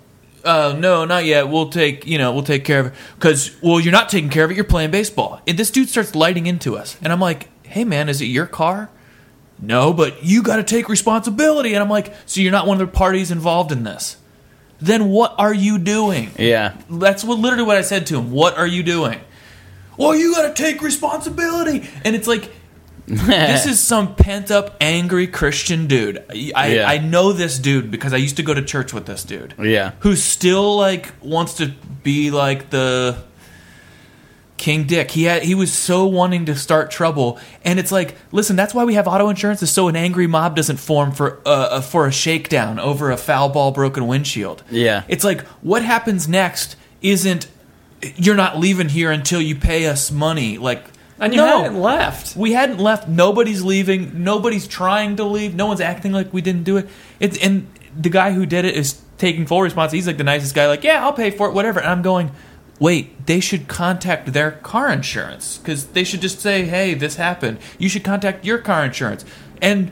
S5: uh, no, not yet. We'll take, you know, we'll take care of it. Because, well, you're not taking care of it. You're playing baseball. And this dude starts lighting into us. And I'm like, hey man, is it your car? No, but you got to take responsibility. And I'm like, so you're not one of the parties involved in this. Then what are you doing?
S8: yeah.
S5: That's what literally what I said to him. What are you doing? Well, you got to take responsibility. And it's like this is some pent up angry Christian dude. I, I,
S8: Yeah.
S5: I know this dude because I used to go to church with this dude.
S8: Yeah.
S5: Who still like wants to be like the King Dick. He had he was so wanting to start trouble, and it's like, listen, that's why we have auto insurance, is so an angry mob doesn't form for uh, uh, for a shakedown over a foul ball, broken windshield.
S8: Yeah.
S5: it's like what happens next isn't you're not leaving here until you pay us money. Like,
S2: And you
S5: no,
S2: haven't left.
S5: we hadn't left. Nobody's leaving. Nobody's trying to leave. No one's acting like we didn't do it. It's and the guy who did it is taking full response. He's like the nicest guy. Like, yeah, I'll pay for it, whatever. And I'm going. Wait, they should contact their car insurance because they should just say, "Hey, this happened. You should contact your car insurance." And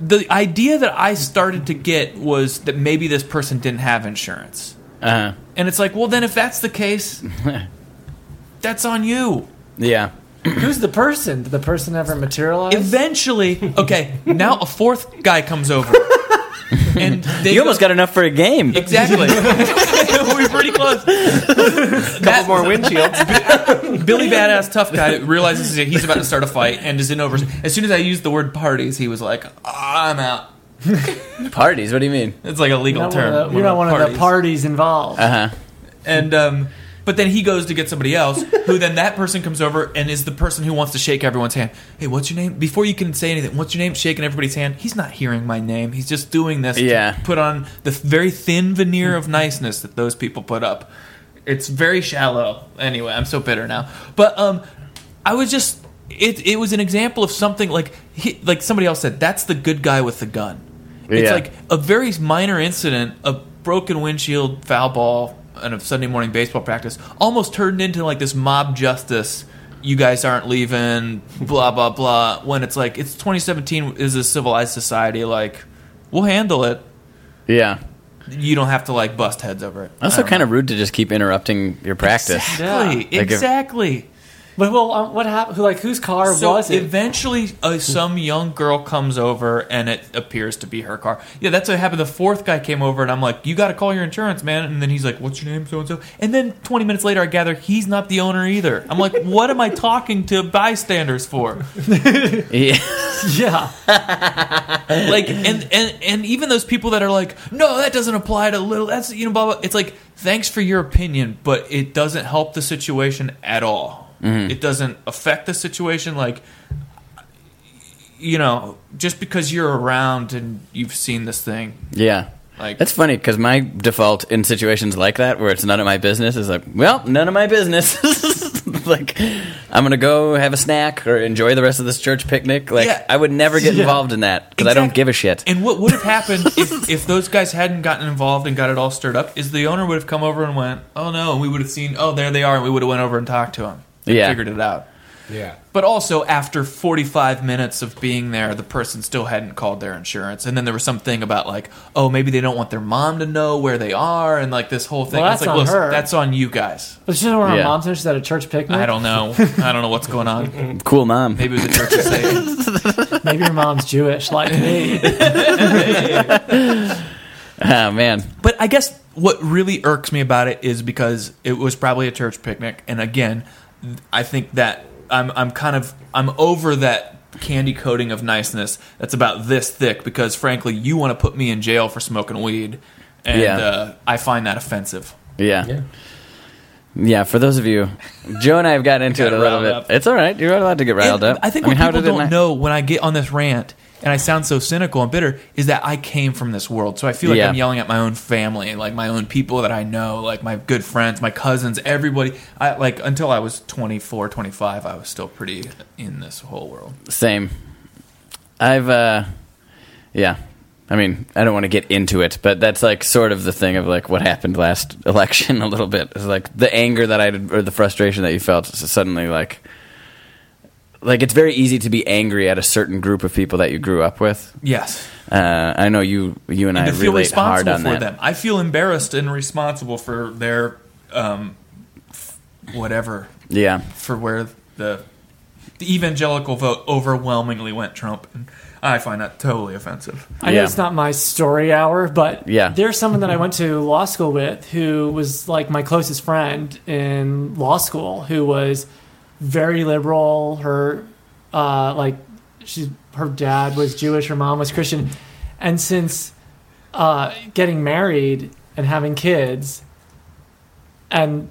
S5: the idea that I started to get was that maybe this person didn't have insurance,
S3: Uh-huh.
S8: Uh huh.
S5: and it's like, well, then if that's the case, that's on you.
S8: Yeah.
S2: Who's the person? Did the person ever materialize?
S5: Eventually, okay, now a fourth guy comes over. And they
S8: You almost got enough for a game.
S5: Exactly. we were pretty close. That-
S6: more windshields.
S5: Billy Badass Tough Guy realizes that he's about to start a fight and is in over. As soon as I used the word parties, he was like, I'm out.
S8: Parties. What do you mean?
S5: It's like a legal
S2: Not one
S5: term.
S2: of the- you're not one of the parties involved.
S5: Uh-huh.
S8: Uh huh.
S5: And, um, but then he goes to get somebody else, who then that person comes over and is the person who wants to shake everyone's hand. Hey, what's your name? Before you can say anything, what's your name? Shaking everybody's hand. He's not hearing my name. He's just doing this
S8: Yeah.
S5: to put on the very thin veneer of niceness that those people put up. It's very shallow. Anyway, I'm so bitter now. But um, I was just it. It was an example of something like he, like somebody else said. That's the good guy with the gun. It's
S8: Yeah.
S5: like a very minor incident, a broken windshield, foul ball, and a Sunday morning baseball practice almost turned into like this mob justice. You guys aren't leaving, blah blah blah. When it's like it's 2017 is a civilized society. Like we'll handle it.
S8: Yeah.
S5: You don't have to like bust heads over it.
S8: Also, kind of rude to just keep interrupting your practice.
S5: exactly,
S8: Yeah. Like a-
S5: exactly.
S2: But well, um, what happened? Like, whose car
S5: So
S2: was it?
S5: eventually, uh, some young girl comes over, and it appears to be her car. Yeah, that's what happened. The fourth guy came over, and I'm like, "You got to call your insurance, man." And then he's like, "What's your name, so and so?" And then 20 minutes later, I gather he's not the owner either. I'm like, "What am I talking to bystanders for?"
S8: Yeah.
S2: yeah,
S5: Like, and and and even those people that are like, "No, that doesn't apply to little." That's you know, blah blah. It's like, thanks for your opinion, but it doesn't help the situation at all.
S3: Mm-hmm.
S5: It doesn't affect the situation. Like, you know, just because you're around and you've seen this thing
S8: Yeah.
S5: Like
S3: That's funny because my default in situations like that where it's none of my business is like, well, none of my business. like, I'm gonna go have a snack or enjoy the rest of this church picnic. Like,
S5: Yeah.
S3: I would never get involved in that because I don't
S5: Exactly.
S3: give a shit.
S5: And what would have happened if, if those guys hadn't gotten involved and got it all stirred up is the owner would have come over and went, oh no, and we would have seen, oh there they are, and we would have went over and talked to them. They
S3: Yeah.
S5: figured it out.
S6: Yeah.
S5: But also after 45 minutes of being there, the person still hadn't called their insurance, and then there was something about like, oh maybe they don't want their mom to know where they are, and like this whole thing.
S2: Well,
S5: it's
S2: that's
S5: like,
S2: on
S5: listen,
S2: her.
S5: that's on you guys.
S2: But she's one of her
S3: Yeah.
S2: mom's there. She's at a church picnic.
S5: I don't know. I don't know what's going on.
S3: Cool mom.
S5: Maybe the church is saying,
S2: Maybe your mom's Jewish, like me.
S3: Oh man,
S5: But I guess what really irks me about it is because it was probably a church picnic, and again, I think that I'm I'm kind of I'm over that candy coating of niceness that's about this thick because frankly, you want to put me in jail for smoking weed, and
S3: Yeah.
S5: uh, I find that offensive.
S3: yeah.
S6: Yeah.
S3: yeah. for those of you, Joe and I have gotten into it a little
S5: riled
S3: bit.
S5: up.
S3: It's all right. You're not allowed to get riled
S5: And
S3: up.
S5: I think
S3: I
S5: what
S3: mean, how
S5: people
S3: did it
S5: don't
S3: not-
S5: know when I get on this rant and I sound so cynical and bitter is that I came from this world. So I feel like
S3: Yeah.
S5: I'm yelling at my own family, like my own people that I know, like my good friends, my cousins, everybody. I like until I was 24, 25, I was still pretty in this whole world.
S3: Same. I've uh yeah. I mean, I don't want to get into it, but that's like sort of the thing of like what happened last election a little bit. It's like the anger that I did or the frustration that you felt is suddenly like like it's very easy to be angry at a certain group of people that you grew up with.
S5: Yes.
S3: Uh, I know you you and,
S5: And
S3: I
S5: to feel
S3: relate hard
S5: responsible
S3: on
S5: for
S3: that.
S5: them. I feel embarrassed and responsible for their um f- whatever
S3: Yeah.
S5: for where the the evangelical vote overwhelmingly went Trump and I find that totally offensive.
S2: I know
S3: Yeah.
S2: it's not my story hour, but
S3: Yeah.
S2: there's someone that I went to law school with who was like my closest friend in law school, who was very liberal. Her, uh, like, she, her dad was Jewish, her mom was Christian, and since uh, getting married and having kids, and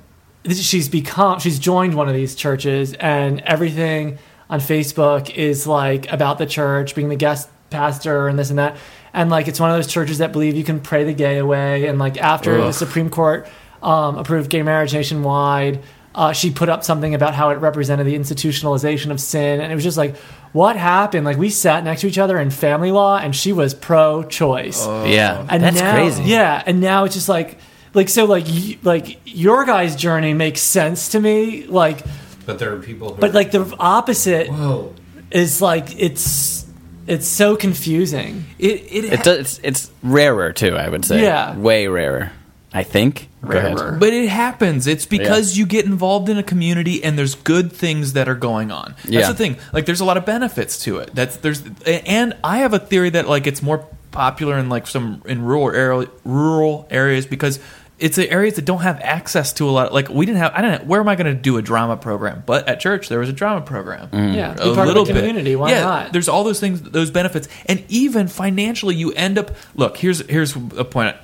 S2: she's become she's joined one of these churches and everything on facebook is like about the church being the guest pastor and this and that and like it's one of those churches that believe you can pray the gay away and like after the
S3: Ugh.
S2: supreme court um, approved gay marriage nationwide uh, she put up something about how it represented the institutionalization of sin and it was just like what happened like we sat next to each other in family law and she was pro-choice
S5: Oh.
S3: yeah.
S2: and
S3: that's
S2: now,
S3: crazy.
S2: Yeah, and now it's just like, like so, like y- like your guys' journey makes sense to me. Like,
S6: But there are people who
S2: but like the opposite
S6: oh,
S2: is like it's it's so confusing.
S5: It it,
S3: It does, it's it's rarer too, I would say.
S2: Yeah.
S3: Way rarer. I think. Go ahead.
S2: Rarer.
S5: But it happens. It's because you get involved in a community and there's good things that are going on. That's
S3: Yeah.
S5: the thing. Like there's a lot of benefits to it. That's there's and I have a theory that like it's more popular in like some in rural area, rural areas because it's the areas that don't have access to a lot. Like we didn't have. I don't. know. Where am I going to do a drama program? But at church there was a drama program.
S2: Yeah, be
S5: Mm, A
S2: part
S5: little
S2: of the community.
S5: Bit.
S2: Why
S5: yeah,
S2: not?
S5: There's all those things, those benefits, and even financially, you end up. Look, here's here's a point.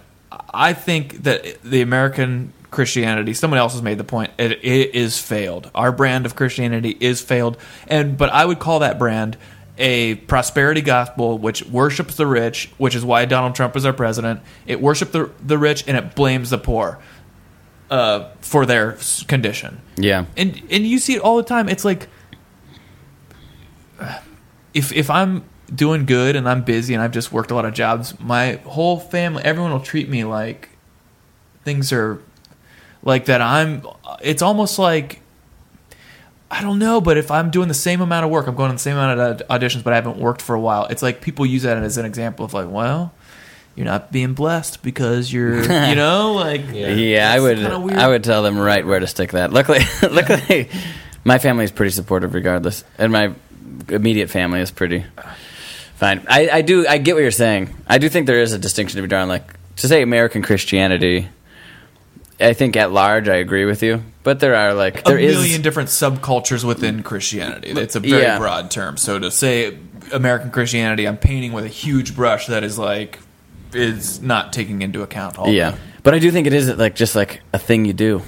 S5: I think that the American Christianity, someone else has made the point, it, it is failed. Our brand of Christianity is failed, and but I would call that brand a prosperity gospel which worships the rich, which is why Donald Trump is our president. It worships the the rich and it blames the poor uh, for their s- condition
S3: Yeah.
S5: and and you see it all the time. It's like if if I'm doing good and I'm busy and I've just worked a lot of jobs, my whole family, everyone will treat me like things are like that. I'm. It's almost like I don't know, but if I'm doing the same amount of work, I'm going on the same amount of aud- auditions, but I haven't worked for a while. It's like people use that as an example of like, well. You're not being blessed because you're, you know, like
S3: Yeah, I would.
S5: kinda weird.
S3: I would tell them right where to stick that. Luckily, luckily, my family's pretty supportive regardless, and my immediate family is pretty fine. I, I do. I get what you're saying. I do think there is a distinction to be drawn. Like to say American Christianity, I think at large, I agree with you. But there are like there
S5: a
S3: is
S5: million different subcultures within Christianity. It's a very
S3: Yeah.
S5: broad term. So to say American Christianity, I'm painting with a huge brush that is like is not taking into account all.
S3: Yeah, but I do think it is like just like a thing you do.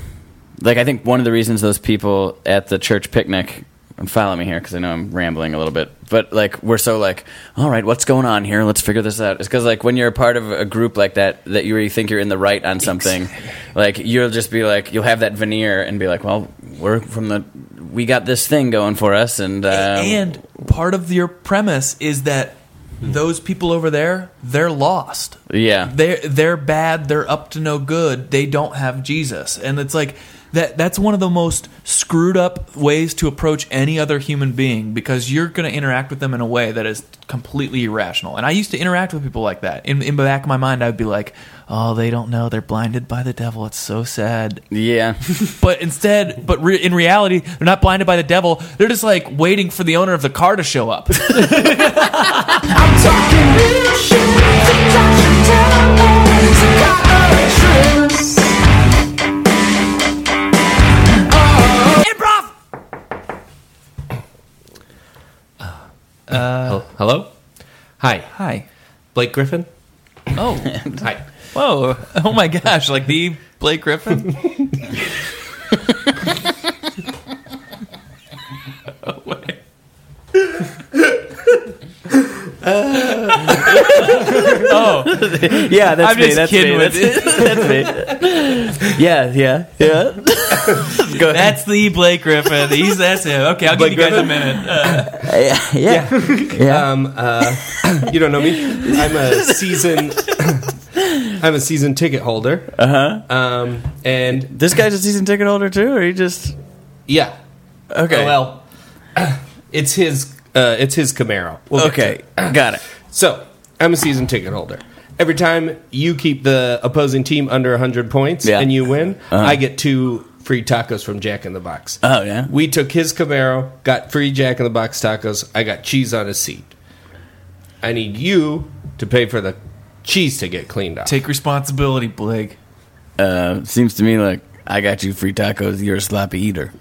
S3: Like I think one of the reasons those people at the church picnic and follow me here because I know I'm rambling a little bit. But like we're so like, all right, what's going on here? Let's figure this out. It's because like when you're a part of a group like that, that you really think you're in the right on something, like you'll just be like, you'll have that veneer and be like, well, we're from the, we got this thing going for us, and um,
S5: and part of your premise is that those people over there, they're lost.
S3: yeah,
S5: They're they're bad, they're up to no good, they don't have Jesus. And it's like that that's one of the most screwed up ways to approach any other human being because you're gonna interact with them in a way that is completely irrational. And I used to interact with people like that. In in the back of my mind I'd be like, Oh, they don't know, they're blinded by the devil, it's so sad.
S3: yeah.
S5: But instead, but re- in reality, they're not blinded by the devil. They're just like waiting for the owner of the car to show up.
S6: Hel- Hello? Hi.
S5: Hi.
S6: Blake Griffin?
S5: Oh,
S6: Hi.
S5: whoa. Oh my gosh. Like the Blake Griffin?
S3: Yeah, that's
S5: I'm just kidding with
S3: yeah, yeah, yeah. Go ahead.
S5: That's the Blake Griffin. He's, that's him. Okay, I'll give you guys a minute.
S3: yeah.
S6: Um, uh, you don't know me. I'm a season. I'm a season ticket holder. Uh huh. Um, and
S3: This guy's a season ticket holder too, or he just
S6: yeah.
S3: okay?
S6: Oh, Well, it's his. Uh, it's his Camaro. We'll get
S3: okay, got it.
S6: So, I'm a season ticket holder. Every time you keep the opposing team under 100 points
S3: Yeah.
S6: and you win, I get two free tacos from Jack in the Box.
S3: Oh yeah.
S6: We took his Camaro, got free Jack in the Box tacos. I got cheese on his seat. I need you to pay for the cheese to get cleaned up.
S5: Take responsibility, Blake.
S3: Uh, seems to me like I got you free tacos. You're a sloppy eater.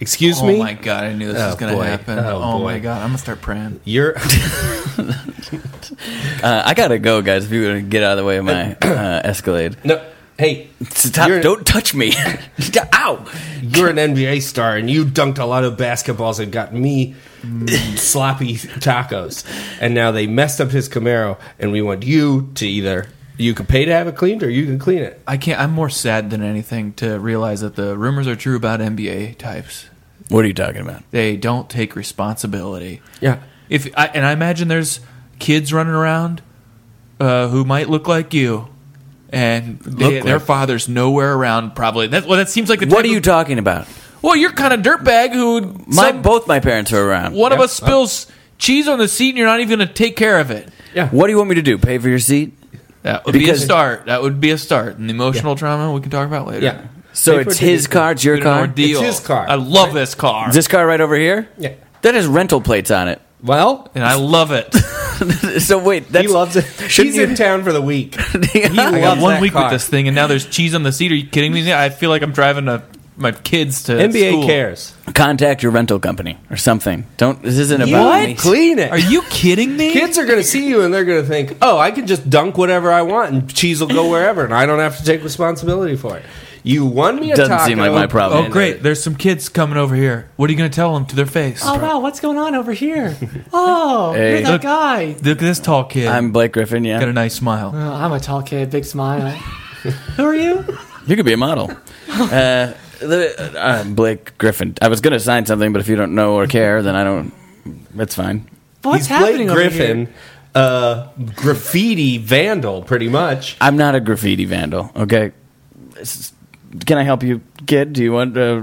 S6: Excuse
S5: Oh
S6: me.
S5: my God, I knew this
S6: Oh,
S5: was going
S6: boy.
S5: to happen.
S6: Oh,
S5: Oh, my
S6: boy.
S5: God, I'm going to start praying.
S6: You're
S3: Uh, I gotta go, guys. If you're gonna get out of the way of my uh, Escalade,
S6: no. Hey,
S3: Stop,
S6: You're-
S3: don't touch me. Ow!
S6: you're an NBA star and you dunked a lot of basketballs and got me
S3: Mm.
S6: sloppy tacos. And now they messed up his Camaro and we want you to either you can pay to have it cleaned or you can clean it.
S5: I can't, I'm more sad than anything to realize that the rumors are true about NBA types.
S3: What are you talking about?
S5: They don't take responsibility.
S6: Yeah.
S5: If I, and I imagine there's kids running around uh, who might look like you, and they,
S3: Look
S5: their
S3: like-
S5: father's nowhere around. Probably that. Well, that seems like the.
S3: What
S5: type
S3: are you
S5: Of,
S3: talking about?
S5: well, you're kind of dirtbag who
S3: My
S5: some-
S3: both my parents are around.
S5: one of us spills cheese on the seat, and you're not even going to take care of it.
S3: What do you want me to do? Pay for your seat?
S5: That would
S3: Because-
S5: be a start. That would be a start. And the emotional trauma we can talk about later.
S6: Yeah.
S3: So
S6: Pay for
S3: it's
S6: it.
S3: his car. It's your
S5: Good
S3: car.
S5: ordeal.
S6: It's his car,
S5: I love this car,
S3: This car right over here.
S6: Yeah.
S3: That has rental plates on it.
S6: Well,
S5: and I love it.
S3: so wait, that's
S6: he loves it.
S3: shouldn't
S6: He's in town for the week.
S5: He
S6: I
S5: got
S6: love
S5: one
S6: that
S5: week
S6: car.
S5: with this thing, and now there's cheese on the seat. Are you kidding me? I feel like I'm driving a, my kids to
S6: NBA
S5: school.
S6: cares.
S3: you contact your rental company or something? Don't. This isn't about me.
S6: What? Clean it.
S5: Are you kidding me?
S6: Kids are going to see you and they're going to think, "Oh, I can just dunk whatever I want and cheese will go wherever, and I don't have to take responsibility for it." You won me a
S3: Doesn't
S6: taco.
S3: seem like my problem.
S5: Oh, great. There's some kids coming over here. What are you going to tell them to their face?
S2: Oh wow, what's going on over here? Oh,
S3: Hey.
S2: you're that
S3: Look-
S2: guy.
S5: Look at this tall kid.
S3: I'm Blake Griffin.
S5: Got a
S3: Yeah,
S5: nice smile.
S2: Oh, I'm a tall kid, big smile. Who are you?
S3: you could be a model. uh, the- uh, Blake Griffin. I was going to sign something, but if you don't know or care, then I don't. That's fine.
S2: What's
S6: He's Blake
S2: happening over
S6: Griffin,
S2: here?
S6: uh, graffiti vandal, pretty much.
S3: I'm not a graffiti vandal. Okay. S- Can I help you, kid? Do you want? Uh,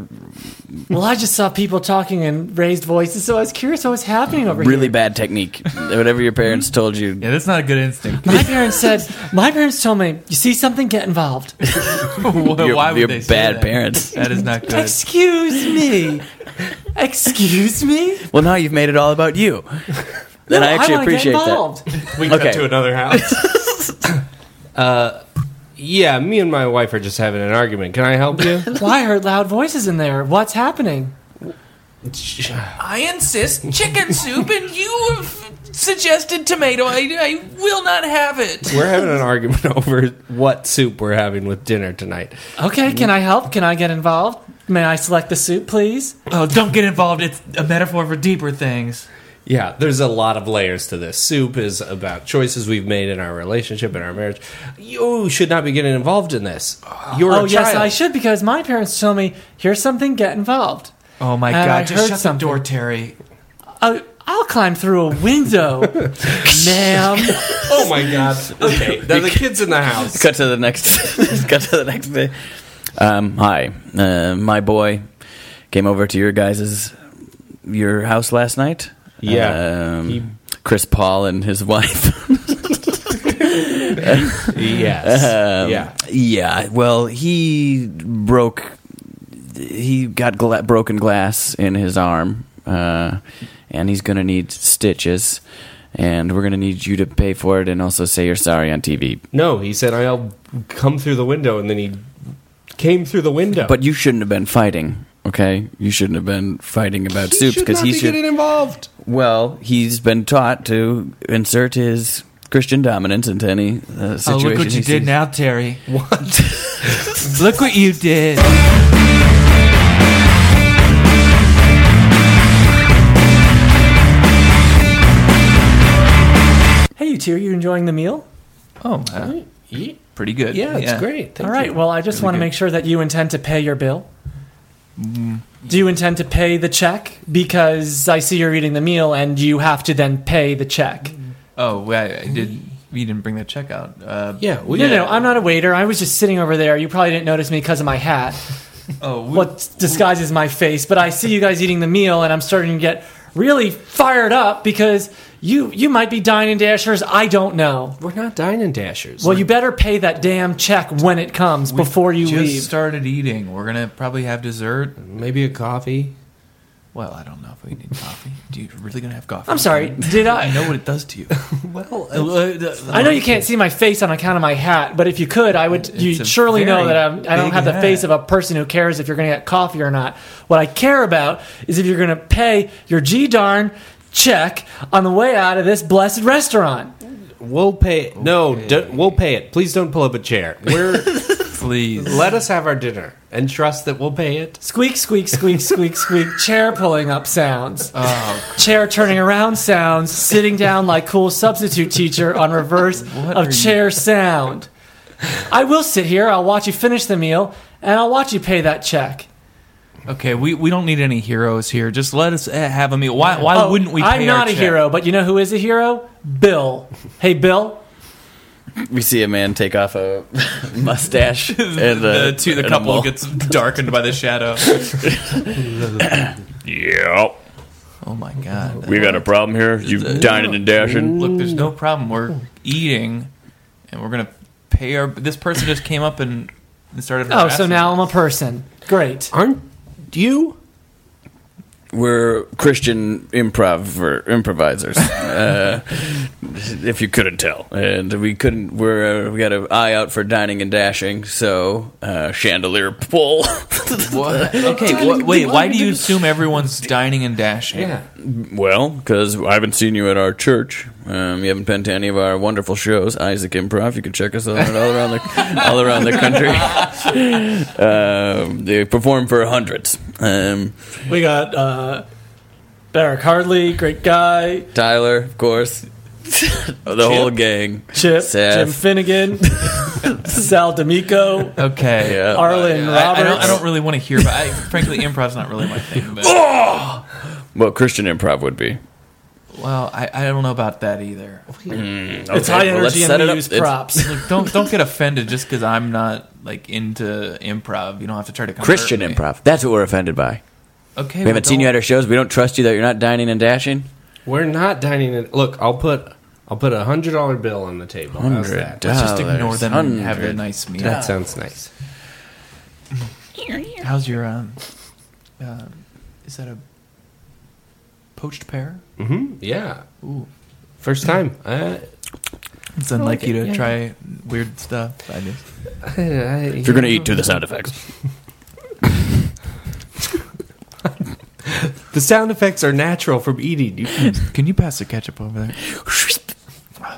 S2: Well, I just saw people talking in raised voices, so I was curious what was happening over
S3: really
S2: here.
S3: bad technique. Whatever your parents told you.
S5: Yeah, that's not a good instinct.
S2: My parents said, my parents told me, you see something, get involved.
S5: Why
S3: You're,
S5: would
S3: you're
S5: they say
S3: bad
S5: that?
S3: parents.
S5: That is not good.
S2: Excuse me. Excuse me?
S3: well, now you've made it all about you. Then
S2: No,
S3: I actually
S2: wanna
S3: appreciate
S2: get
S3: that.
S2: involved.
S6: We
S3: Okay.
S6: cut to another house. uh, yeah, me and my wife are just having an argument. Can I help you?
S2: Well, I heard loud voices in there. What's happening?
S5: I insist chicken soup, and you have suggested tomato. I, I will not have it.
S6: we're having an argument over what soup we're having with dinner tonight.
S2: Okay, can I help? Can I get involved? May I select the suit, please?
S9: Oh, don't get involved. It's a metaphor for deeper things.
S6: Yeah, there's a lot of layers to this. Soup is about choices we've made in our relationship and our marriage. You should not be getting involved in this. You're
S2: oh
S6: a child.
S2: yes, I should because my parents told me here's something. Get involved.
S9: Oh my
S2: And
S9: god!
S2: I
S9: just
S2: heard
S9: shut
S2: something.
S9: the door, Terry.
S2: Oh, I'll climb through a window, ma'am.
S6: Oh my god. Okay, now the kids in the house.
S3: Cut to the next. cut to the next day. Um, hi, uh, my boy came over to your guys's your house last night.
S6: Yeah.
S3: um, Chris Paul and his wife.
S6: Yes.
S3: Um,
S6: yeah.
S3: yeah, well, he broke. He got gla- broken glass in his arm, uh, and he's gonna need stitches. And we're gonna need you to pay for it, and also say you're sorry on TV.
S6: No, he said I'll come through the window, and then he came through the window.
S3: But you shouldn't have been fighting. Okay, you shouldn't have been fighting about
S6: he
S3: suits
S6: should
S3: because
S6: not
S3: he
S6: be
S3: should.
S6: getting involved.
S3: Well, he's been taught to insert his Christian dominance into any uh, situation.
S9: Oh, look what
S3: he
S9: you did
S3: sees.
S9: now, Terry. What? look what you did.
S2: hey, you two, are you enjoying the meal?
S5: Oh, uh, pretty good.
S6: Yeah, it's great. Thank
S2: All right.
S6: you.
S2: Well, I just want to make sure that you intend to pay your bill. Do you intend to pay the check? Because I see you're eating the meal, and you have to then pay the check.
S5: Oh, well, I, I did. We didn't bring the check out. Uh,
S6: yeah, we,
S2: No, no, I'm not a waiter. I was just sitting over there. You probably didn't notice me because of my hat.
S5: Oh, we,
S2: What disguises my face? But I see you guys eating the meal, and I'm starting to get really fired up because you you might be dine and dashers. I don't know.
S6: we're not dining dashers.
S2: Well, you better pay that damn check when it comes before you
S5: just
S2: leave.
S5: started eating. We're gonna probably have dessert.
S6: maybe a coffee.
S5: Well, I don't know if we need coffee. Do you really gonna have coffee?
S2: I'm sorry. Did
S5: I
S2: I?
S5: know what it does to you. Uh,
S6: Well,
S2: I know you can't see my face on account of my hat, but if you could, I would. You
S5: a
S2: surely know
S5: very
S2: that I'm, I don't
S5: big
S2: have the
S5: hat.
S2: face of a person who cares if you're going to get coffee or not. What I care about is if you're going to pay your g darn check on the way out of this blessed restaurant.
S6: we'll pay. It. No, do, we'll pay it. Please don't pull up a chair. We're
S5: Please.
S6: let us have our dinner and trust that we'll pay it.
S2: Squeak, squeak, squeak, squeak, squeak. Chair pulling up sounds.
S5: Oh.
S2: Chair turning around sounds. Sitting down like cool substitute teacher on reverse
S5: are you-
S2: of chair sound. I will sit here. I'll watch you finish the meal, and I'll watch you pay that check.
S5: Okay, we, we don't need any heroes here. Just let us eh, have a meal. Why why
S2: Oh,
S5: wouldn't we? Pay
S2: I'm
S5: our
S2: not a
S5: check?
S2: hero, but you know who is a hero? Bill. Hey, Bill.
S3: We see a man take off a mustache and a,
S5: the two the
S3: and a
S5: couple
S3: mole.
S5: gets darkened by the shadow.
S10: Yeah,
S5: Oh my god!
S10: we got a problem here. You dining and dashing.
S5: Look, there's no problem. We're eating, and we're gonna pay our. This person just came up and, and started.
S2: Oh, so
S5: harassing
S2: now I'm a person. Great.
S6: Aren't you?
S3: We're Christian improv improvisers, uh, if you couldn't tell. And we couldn't. We're uh, we got an eye out for dining and dashing. So uh, chandelier pull.
S5: What? Okay, wha- wait. Why do you assume everyone's dining and dashing?
S3: Well, because I haven't seen you at our church. Um, you haven't been to any of our wonderful shows, Isaac Improv. You can check us out all around the all around the country. um, they perform for hundreds. Um,
S2: We got uh, Barrick Hardley, great guy.
S3: Tyler, of course, the whole gang.
S2: Chip,
S3: Seth. Oh,
S2: Jim Finnegan, Sal D'Amico,
S5: Okay.
S3: Yeah.
S5: I, I,
S2: Arlen
S5: don't, I
S2: Roberts.
S5: don't really want to hear, but I, frankly, improv's not really my thing. But,
S3: Well, Christian improv would be.
S5: well, I, I don't know about that either.
S2: it's high
S3: well, let's
S2: energy
S3: set it
S2: and we
S3: up.
S2: use
S3: It's-
S2: props.
S5: Look, don't don't get offended just because I'm not like into improv. You don't have to try to convert
S3: Christian
S5: me.
S3: improv. That's what we're offended by.
S5: Okay,
S3: We haven't seen you at our shows. We don't trust you that you're not dining and dashing.
S6: We're not dining in. Look, I'll put I'll put a hundred dollar bill on the table. How's
S3: Hundred
S6: that?
S3: dollars.
S5: Just ignore them and have a
S3: Hundred.
S5: nice meal.
S6: That sounds nice.
S5: How's your um? Uh, is that a poached pear?
S6: Mm-hmm. Yeah.
S5: Ooh.
S6: First time. Uh,
S5: It's unlike you to try weird stuff. I just
S3: If you're gonna eat, do the sound effects.
S6: the sound effects are natural from eating. You can-
S5: Can you pass the ketchup over there?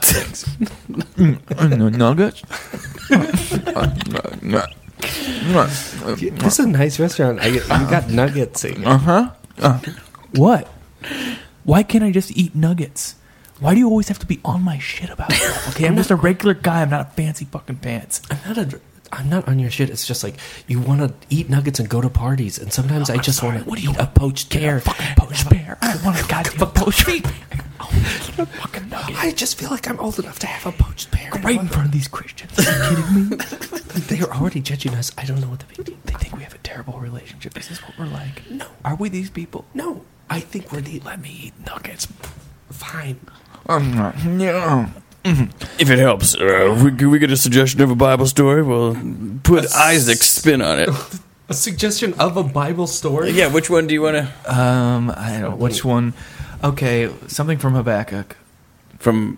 S5: Thanks. Mm, mm, nuggets.
S6: This is a nice restaurant. I get, you got nuggets.
S5: Uh huh.
S7: What? Why can't I just eat nuggets? Why do you always have to be on my shit about it? Okay, I'm just a regular guy. I'm not a fancy fucking pants.
S6: I'm not, a, I'm not on your shit. It's just like you want to eat nuggets and go to parties, and sometimes I just want to eat a poached pear.
S7: Fucking poached bear. I want a goddamn poached bear. I want to eat a fucking nugget
S6: I just feel like I'm old enough to have a poached pear.
S7: right in front of these Christians. Are you kidding me?
S6: They're already judging us. I don't know what the big deal.
S7: They think we have a terrible relationship. Is this what we're like?
S6: No,
S7: Are we these people?
S6: no. I think we're the
S7: Let me eat nuggets.
S6: fine.
S11: If it helps, uh, we, can we get a suggestion of a Bible story? We'll put Isaac's spin on it.
S6: A suggestion of a Bible story.
S3: Yeah, which one do you want to?
S5: Um, I don't. Which one? Okay, something from Habakkuk.
S3: From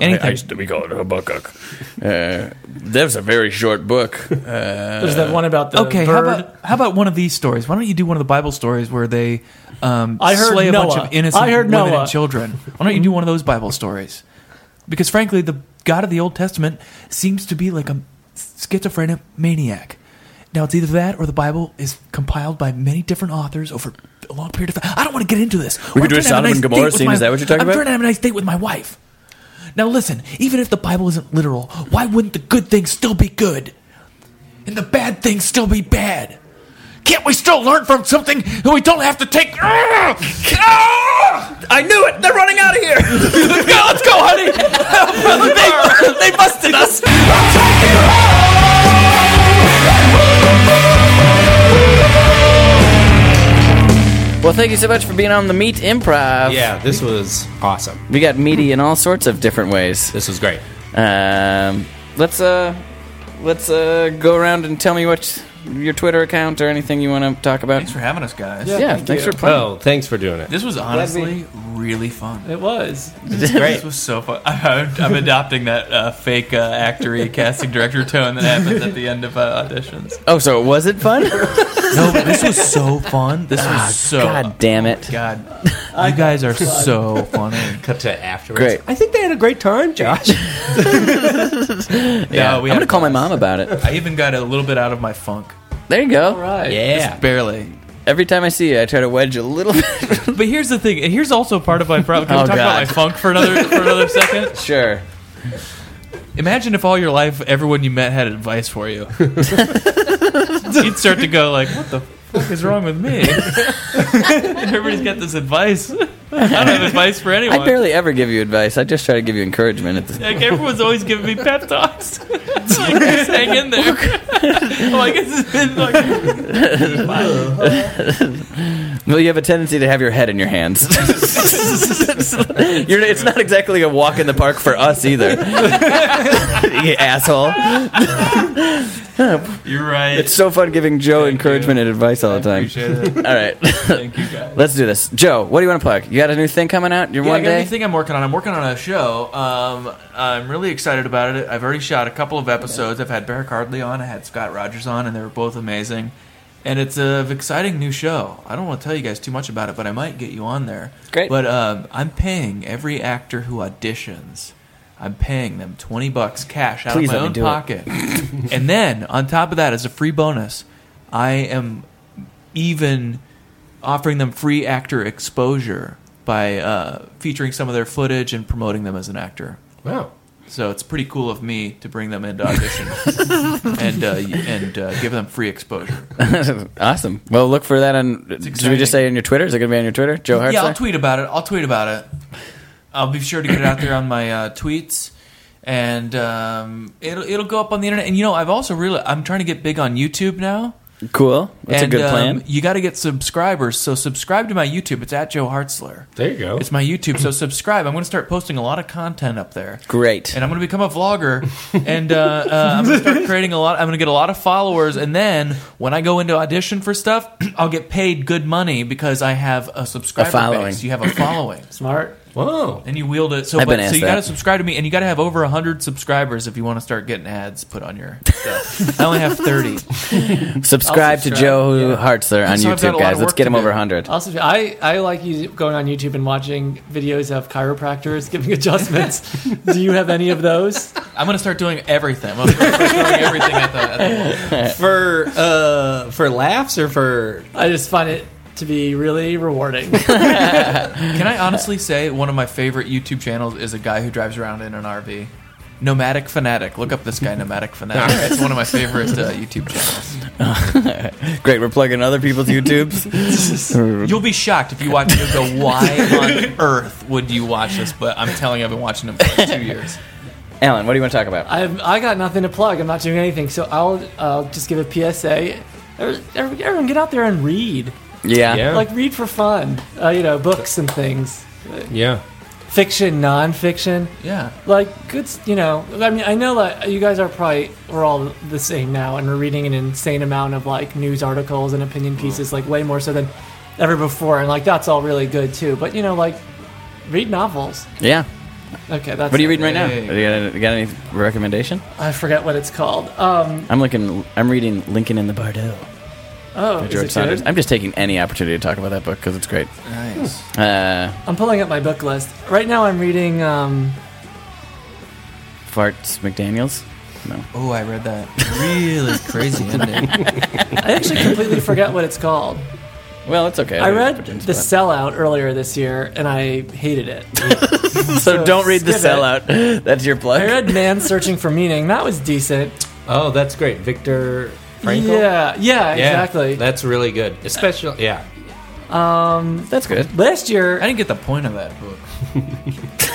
S5: Anything.
S11: I used to be called Habakkuk.
S3: uh, that was a very short book. Uh,
S2: There's that one about the
S5: okay,
S2: bird.
S5: how about how about one of these stories? Why don't you do one of the Bible stories where they um,
S2: I heard
S5: slay a bunch
S2: Noah.
S5: of innocent
S2: I heard
S5: women
S2: Noah.
S5: and children? Why don't you do one of those Bible stories? Because frankly, the God of the Old Testament seems to be like a schizophrenic maniac. Now it's either that or the Bible is compiled by many different authors over a long period of time. I don't want to get into this.
S3: We
S5: I'm
S3: could do a
S5: trying to
S3: Sodom and
S5: have nice
S3: Gomorrah
S5: date with
S3: scene,
S5: my-
S3: is that what you're talking
S5: I'm
S3: about?
S5: trying to have a nice date with my wife. Now listen, even if the Bible isn't literal, why wouldn't the good things still be good? And the bad things still be bad? Can't we still learn from something that we don't have to take? Ah! Ah!
S3: I knew it. They're running out of here.
S5: Let's go, let's go, honey!
S3: they busted us. Well, thank you so much for being on the Meat Improv.
S6: Yeah, this was awesome.
S3: we got meaty in all sorts of different ways.
S6: This was great.
S3: Um, let's uh, let's uh, go around and tell me what your Twitter account or anything you want to talk about.
S5: Thanks for having us, guys.
S3: yeah, thanks for playing.
S6: Oh, thanks for doing it.
S5: This was honestly really fun.
S2: It was.
S5: This was so fun. I'm, I'm adopting that uh, fake uh, actory casting director tone that happens at the end of uh, auditions.
S3: Oh, so was it fun?
S5: No, but this was so fun. This was so
S3: God damn it!
S5: Ah, God. You guys are so funny.
S6: Cut to afterwards.
S3: Great.
S6: I think they had a great time, Josh.
S5: Yeah,
S3: I'm gonna call my mom about it.
S5: I even got a little bit out of my funk,
S3: There you go.
S2: All right.
S6: yeah.
S5: barely.
S3: Every time I see you, I try to wedge a little bit.
S7: But here's the thing, and here's also part of my problem. Can
S3: Oh,
S7: we talk
S3: God.
S7: about my funk for another for another second?
S3: sure.
S5: Imagine if all your life everyone you met had advice for you.
S7: You'd start to go like, "What the fuck is wrong with me?" Everybody's got this advice. I don't have advice for anyone.
S3: I barely ever give you advice. I just try to give you encouragement. At this.
S7: Like everyone's always giving me pep talks. it's like just hang in there. I'm like it's been like
S3: Well, you have a tendency to have your head in your hands. You're, it's not exactly a walk in the park for us either. you asshole.
S5: You're right.
S3: It's so fun giving Joe encouragement and advice all the time.
S5: it.
S3: All right.
S5: Thank you guys.
S3: Let's do this. Joe, what do you want to plug? You got a new thing coming out? Your
S5: Yeah,
S3: one
S5: I got a
S3: day?
S5: new thing I'm working on. I'm working on a show. Um, I'm really excited about it. I've already shot a couple of episodes. I've had Barrick Hardley on. I had Scott Rogers on, and they were both amazing. And it's an exciting new show. I don't want to tell you guys too much about it, but I might get you on there.
S3: Great.
S5: But um, I'm paying every actor who auditions. I'm paying them twenty bucks cash out
S3: Please
S5: of my
S3: let me
S5: own
S3: do it.
S5: pocket. and then on top of that, as a free bonus, I am even offering them free actor exposure by uh, featuring some of their footage and promoting them as an actor.
S6: Wow.
S5: So it's pretty cool of me to bring them into audition and uh, y- and uh, give them free exposure.
S3: awesome. Well, look for that on. Should we
S5: exciting.
S3: just say on your Twitter? Is it going to be on your Twitter? Joe Hartzler?
S5: Yeah, I'll tweet about it. I'll tweet about it. I'll be sure to get it out there on my uh, tweets, and um, it'll it'll go up on the internet. And you know, I've also really I'm trying to get big on YouTube now.
S3: cool. That's
S5: and,
S3: a good plan.
S5: Um, you got to get subscribers, so subscribe to my YouTube. It's at Joe Hartzler.
S6: There you go.
S5: It's my YouTube, so subscribe. I'm going to start posting a lot of content up there.
S3: Great.
S5: And I'm going to become a vlogger, and uh, uh, I'm going to start creating a lot. I'm going to get a lot of followers, and then when I go into audition for stuff, I'll get paid good money because I have a subscriber
S3: following.
S5: base. You have a following,
S2: Smart.
S6: Whoa.
S5: and you wield it. So,
S3: I've
S5: but,
S3: been asked
S5: so you got to
S3: that.
S5: subscribe to me, and you got to have over hundred subscribers if you want to start getting ads put on your stuff. I only have thirty.
S3: subscribe,
S2: I'll subscribe,
S3: to Joe Hartzler on
S5: So I've got
S3: YouTube,
S5: a lot
S3: guys.
S5: of
S3: Let's
S5: work
S3: get
S5: to
S3: him
S5: do.
S3: over 100.
S2: Also, I, I like you going on YouTube and watching videos of chiropractors giving adjustments. Do you have any of those?
S5: I'm gonna start doing everything. I'm gonna start throwing everything at the, at the wall.
S6: for uh for laughs or for
S2: I just find it to be really rewarding.
S5: Can I honestly say one of my favorite YouTube channels is a guy who drives around in an RV? Nomadic Fanatic. Look up this guy, Nomadic Fanatic. It's one of my favorite uh, YouTube channels.
S3: Great, we're plugging other people's YouTubes.
S5: You'll be shocked if you watch it. You'll go, why on earth would you watch this? But I'm telling you, I've been watching him for like two years.
S3: Alan, what do you want to talk about?
S2: I've I got nothing to plug. I'm not doing anything, so I'll uh, just give a PSA. Every- every- Everyone, get out there and read.
S3: Yeah.
S7: Yeah.
S2: Like read for fun. Uh, you know, books and things,
S7: Yeah.
S2: fiction, nonfiction.
S5: Yeah.
S2: Like good, s- you know. I mean, I know that you guys are probably we're all the same now, and we're reading an insane amount of like news articles and opinion
S3: Mm.
S2: pieces, like way more so than ever before. And like that's all really good too. But you know, like read novels.
S3: Yeah.
S2: Okay, that's
S3: What are you reading right now?
S5: Hey.
S3: You got, you got any recommendation?
S2: I forget what it's called. Um,
S3: I'm looking. I'm reading Lincoln in the Bardell.
S2: oh, is
S3: George
S2: it
S3: Saunders.
S2: good?
S3: I'm just taking any opportunity to talk about that book because it's great.
S5: Nice.
S3: Uh,
S2: I'm pulling up my book list right now. I'm reading. Um,
S3: Farts McDaniel's.
S5: Oh, I read that. Really crazy ending.
S2: I actually completely forget what it's called.
S3: Well, it's okay.
S2: I
S3: Other
S2: read
S3: opportunities
S2: The
S3: for that.
S2: Sellout earlier this year, and I hated it.
S3: So, don't read the
S2: skip it.
S3: sellout. That's your plug.
S2: I read Man Searching for Meaning. That was decent.
S6: oh that's great Victor Frankl
S2: Yeah, yeah,
S6: Yeah,
S2: exactly.
S6: that's really good especially yeah
S3: That's good.
S2: Last year,
S5: I didn't get the point of that book.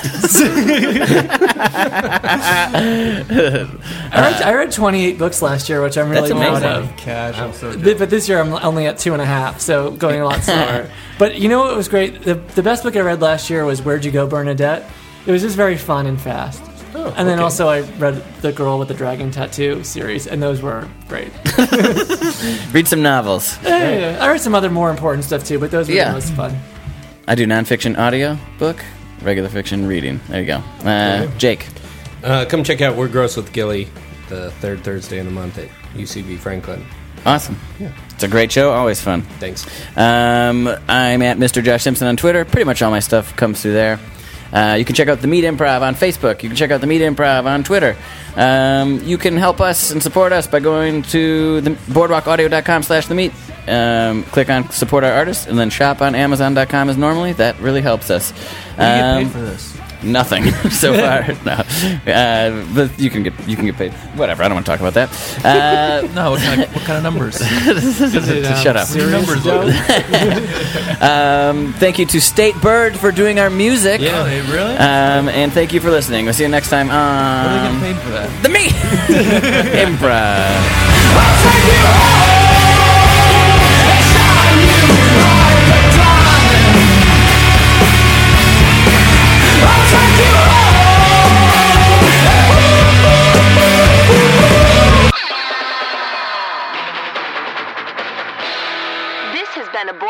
S2: I read, I read 28 books last year, which I'm really
S3: That's
S2: proud
S3: amazing.
S2: of.
S5: Cash. I'm so
S2: Th- But this year I'm only at two and a half, so going a lot slower. but you know what was great? The, the best book I read last year was Where'd You Go, Bernadette? It was just very fun and fast.
S5: Oh,
S2: and then also I read The Girl with the Dragon Tattoo series, and those were great.
S3: Read some novels.
S2: Yeah, I read some other more important stuff too, but those were
S3: Yeah.
S2: the most fun.
S3: I do nonfiction audio book, regular fiction reading. There you go. Uh, Jake.
S7: Uh, come check out We're Gross with Gilly the third Thursday in the month at UCB Franklin.
S3: Awesome. It's a great show. Always fun.
S7: Thanks.
S3: Um, I'm at Mr. Josh Simpson on Twitter. Pretty much all my stuff comes through there. Uh, you can check out the Meat Improv on Facebook. You can check out the Meat Improv on Twitter. Um, you can help us and support us by going to the boardwalkaudio.com slash the meat. Um, click on support our artists and then shop on amazon.com as normally. That really helps us.
S5: You get
S3: Um,
S5: paid for this.
S3: Nothing so far. No, uh, but you can get you can get paid. Whatever. I don't want to talk about that. Uh,
S5: No, what kind of, what kind of numbers?
S3: shut up.
S5: numbers look.
S3: Um, thank you to State Bird for doing our music.
S5: Oh, they really?
S3: Um, and thank you for listening. We'll see you next time
S5: What are they
S3: on
S5: getting paid for that?
S3: the Meat Improv.
S1: This has been a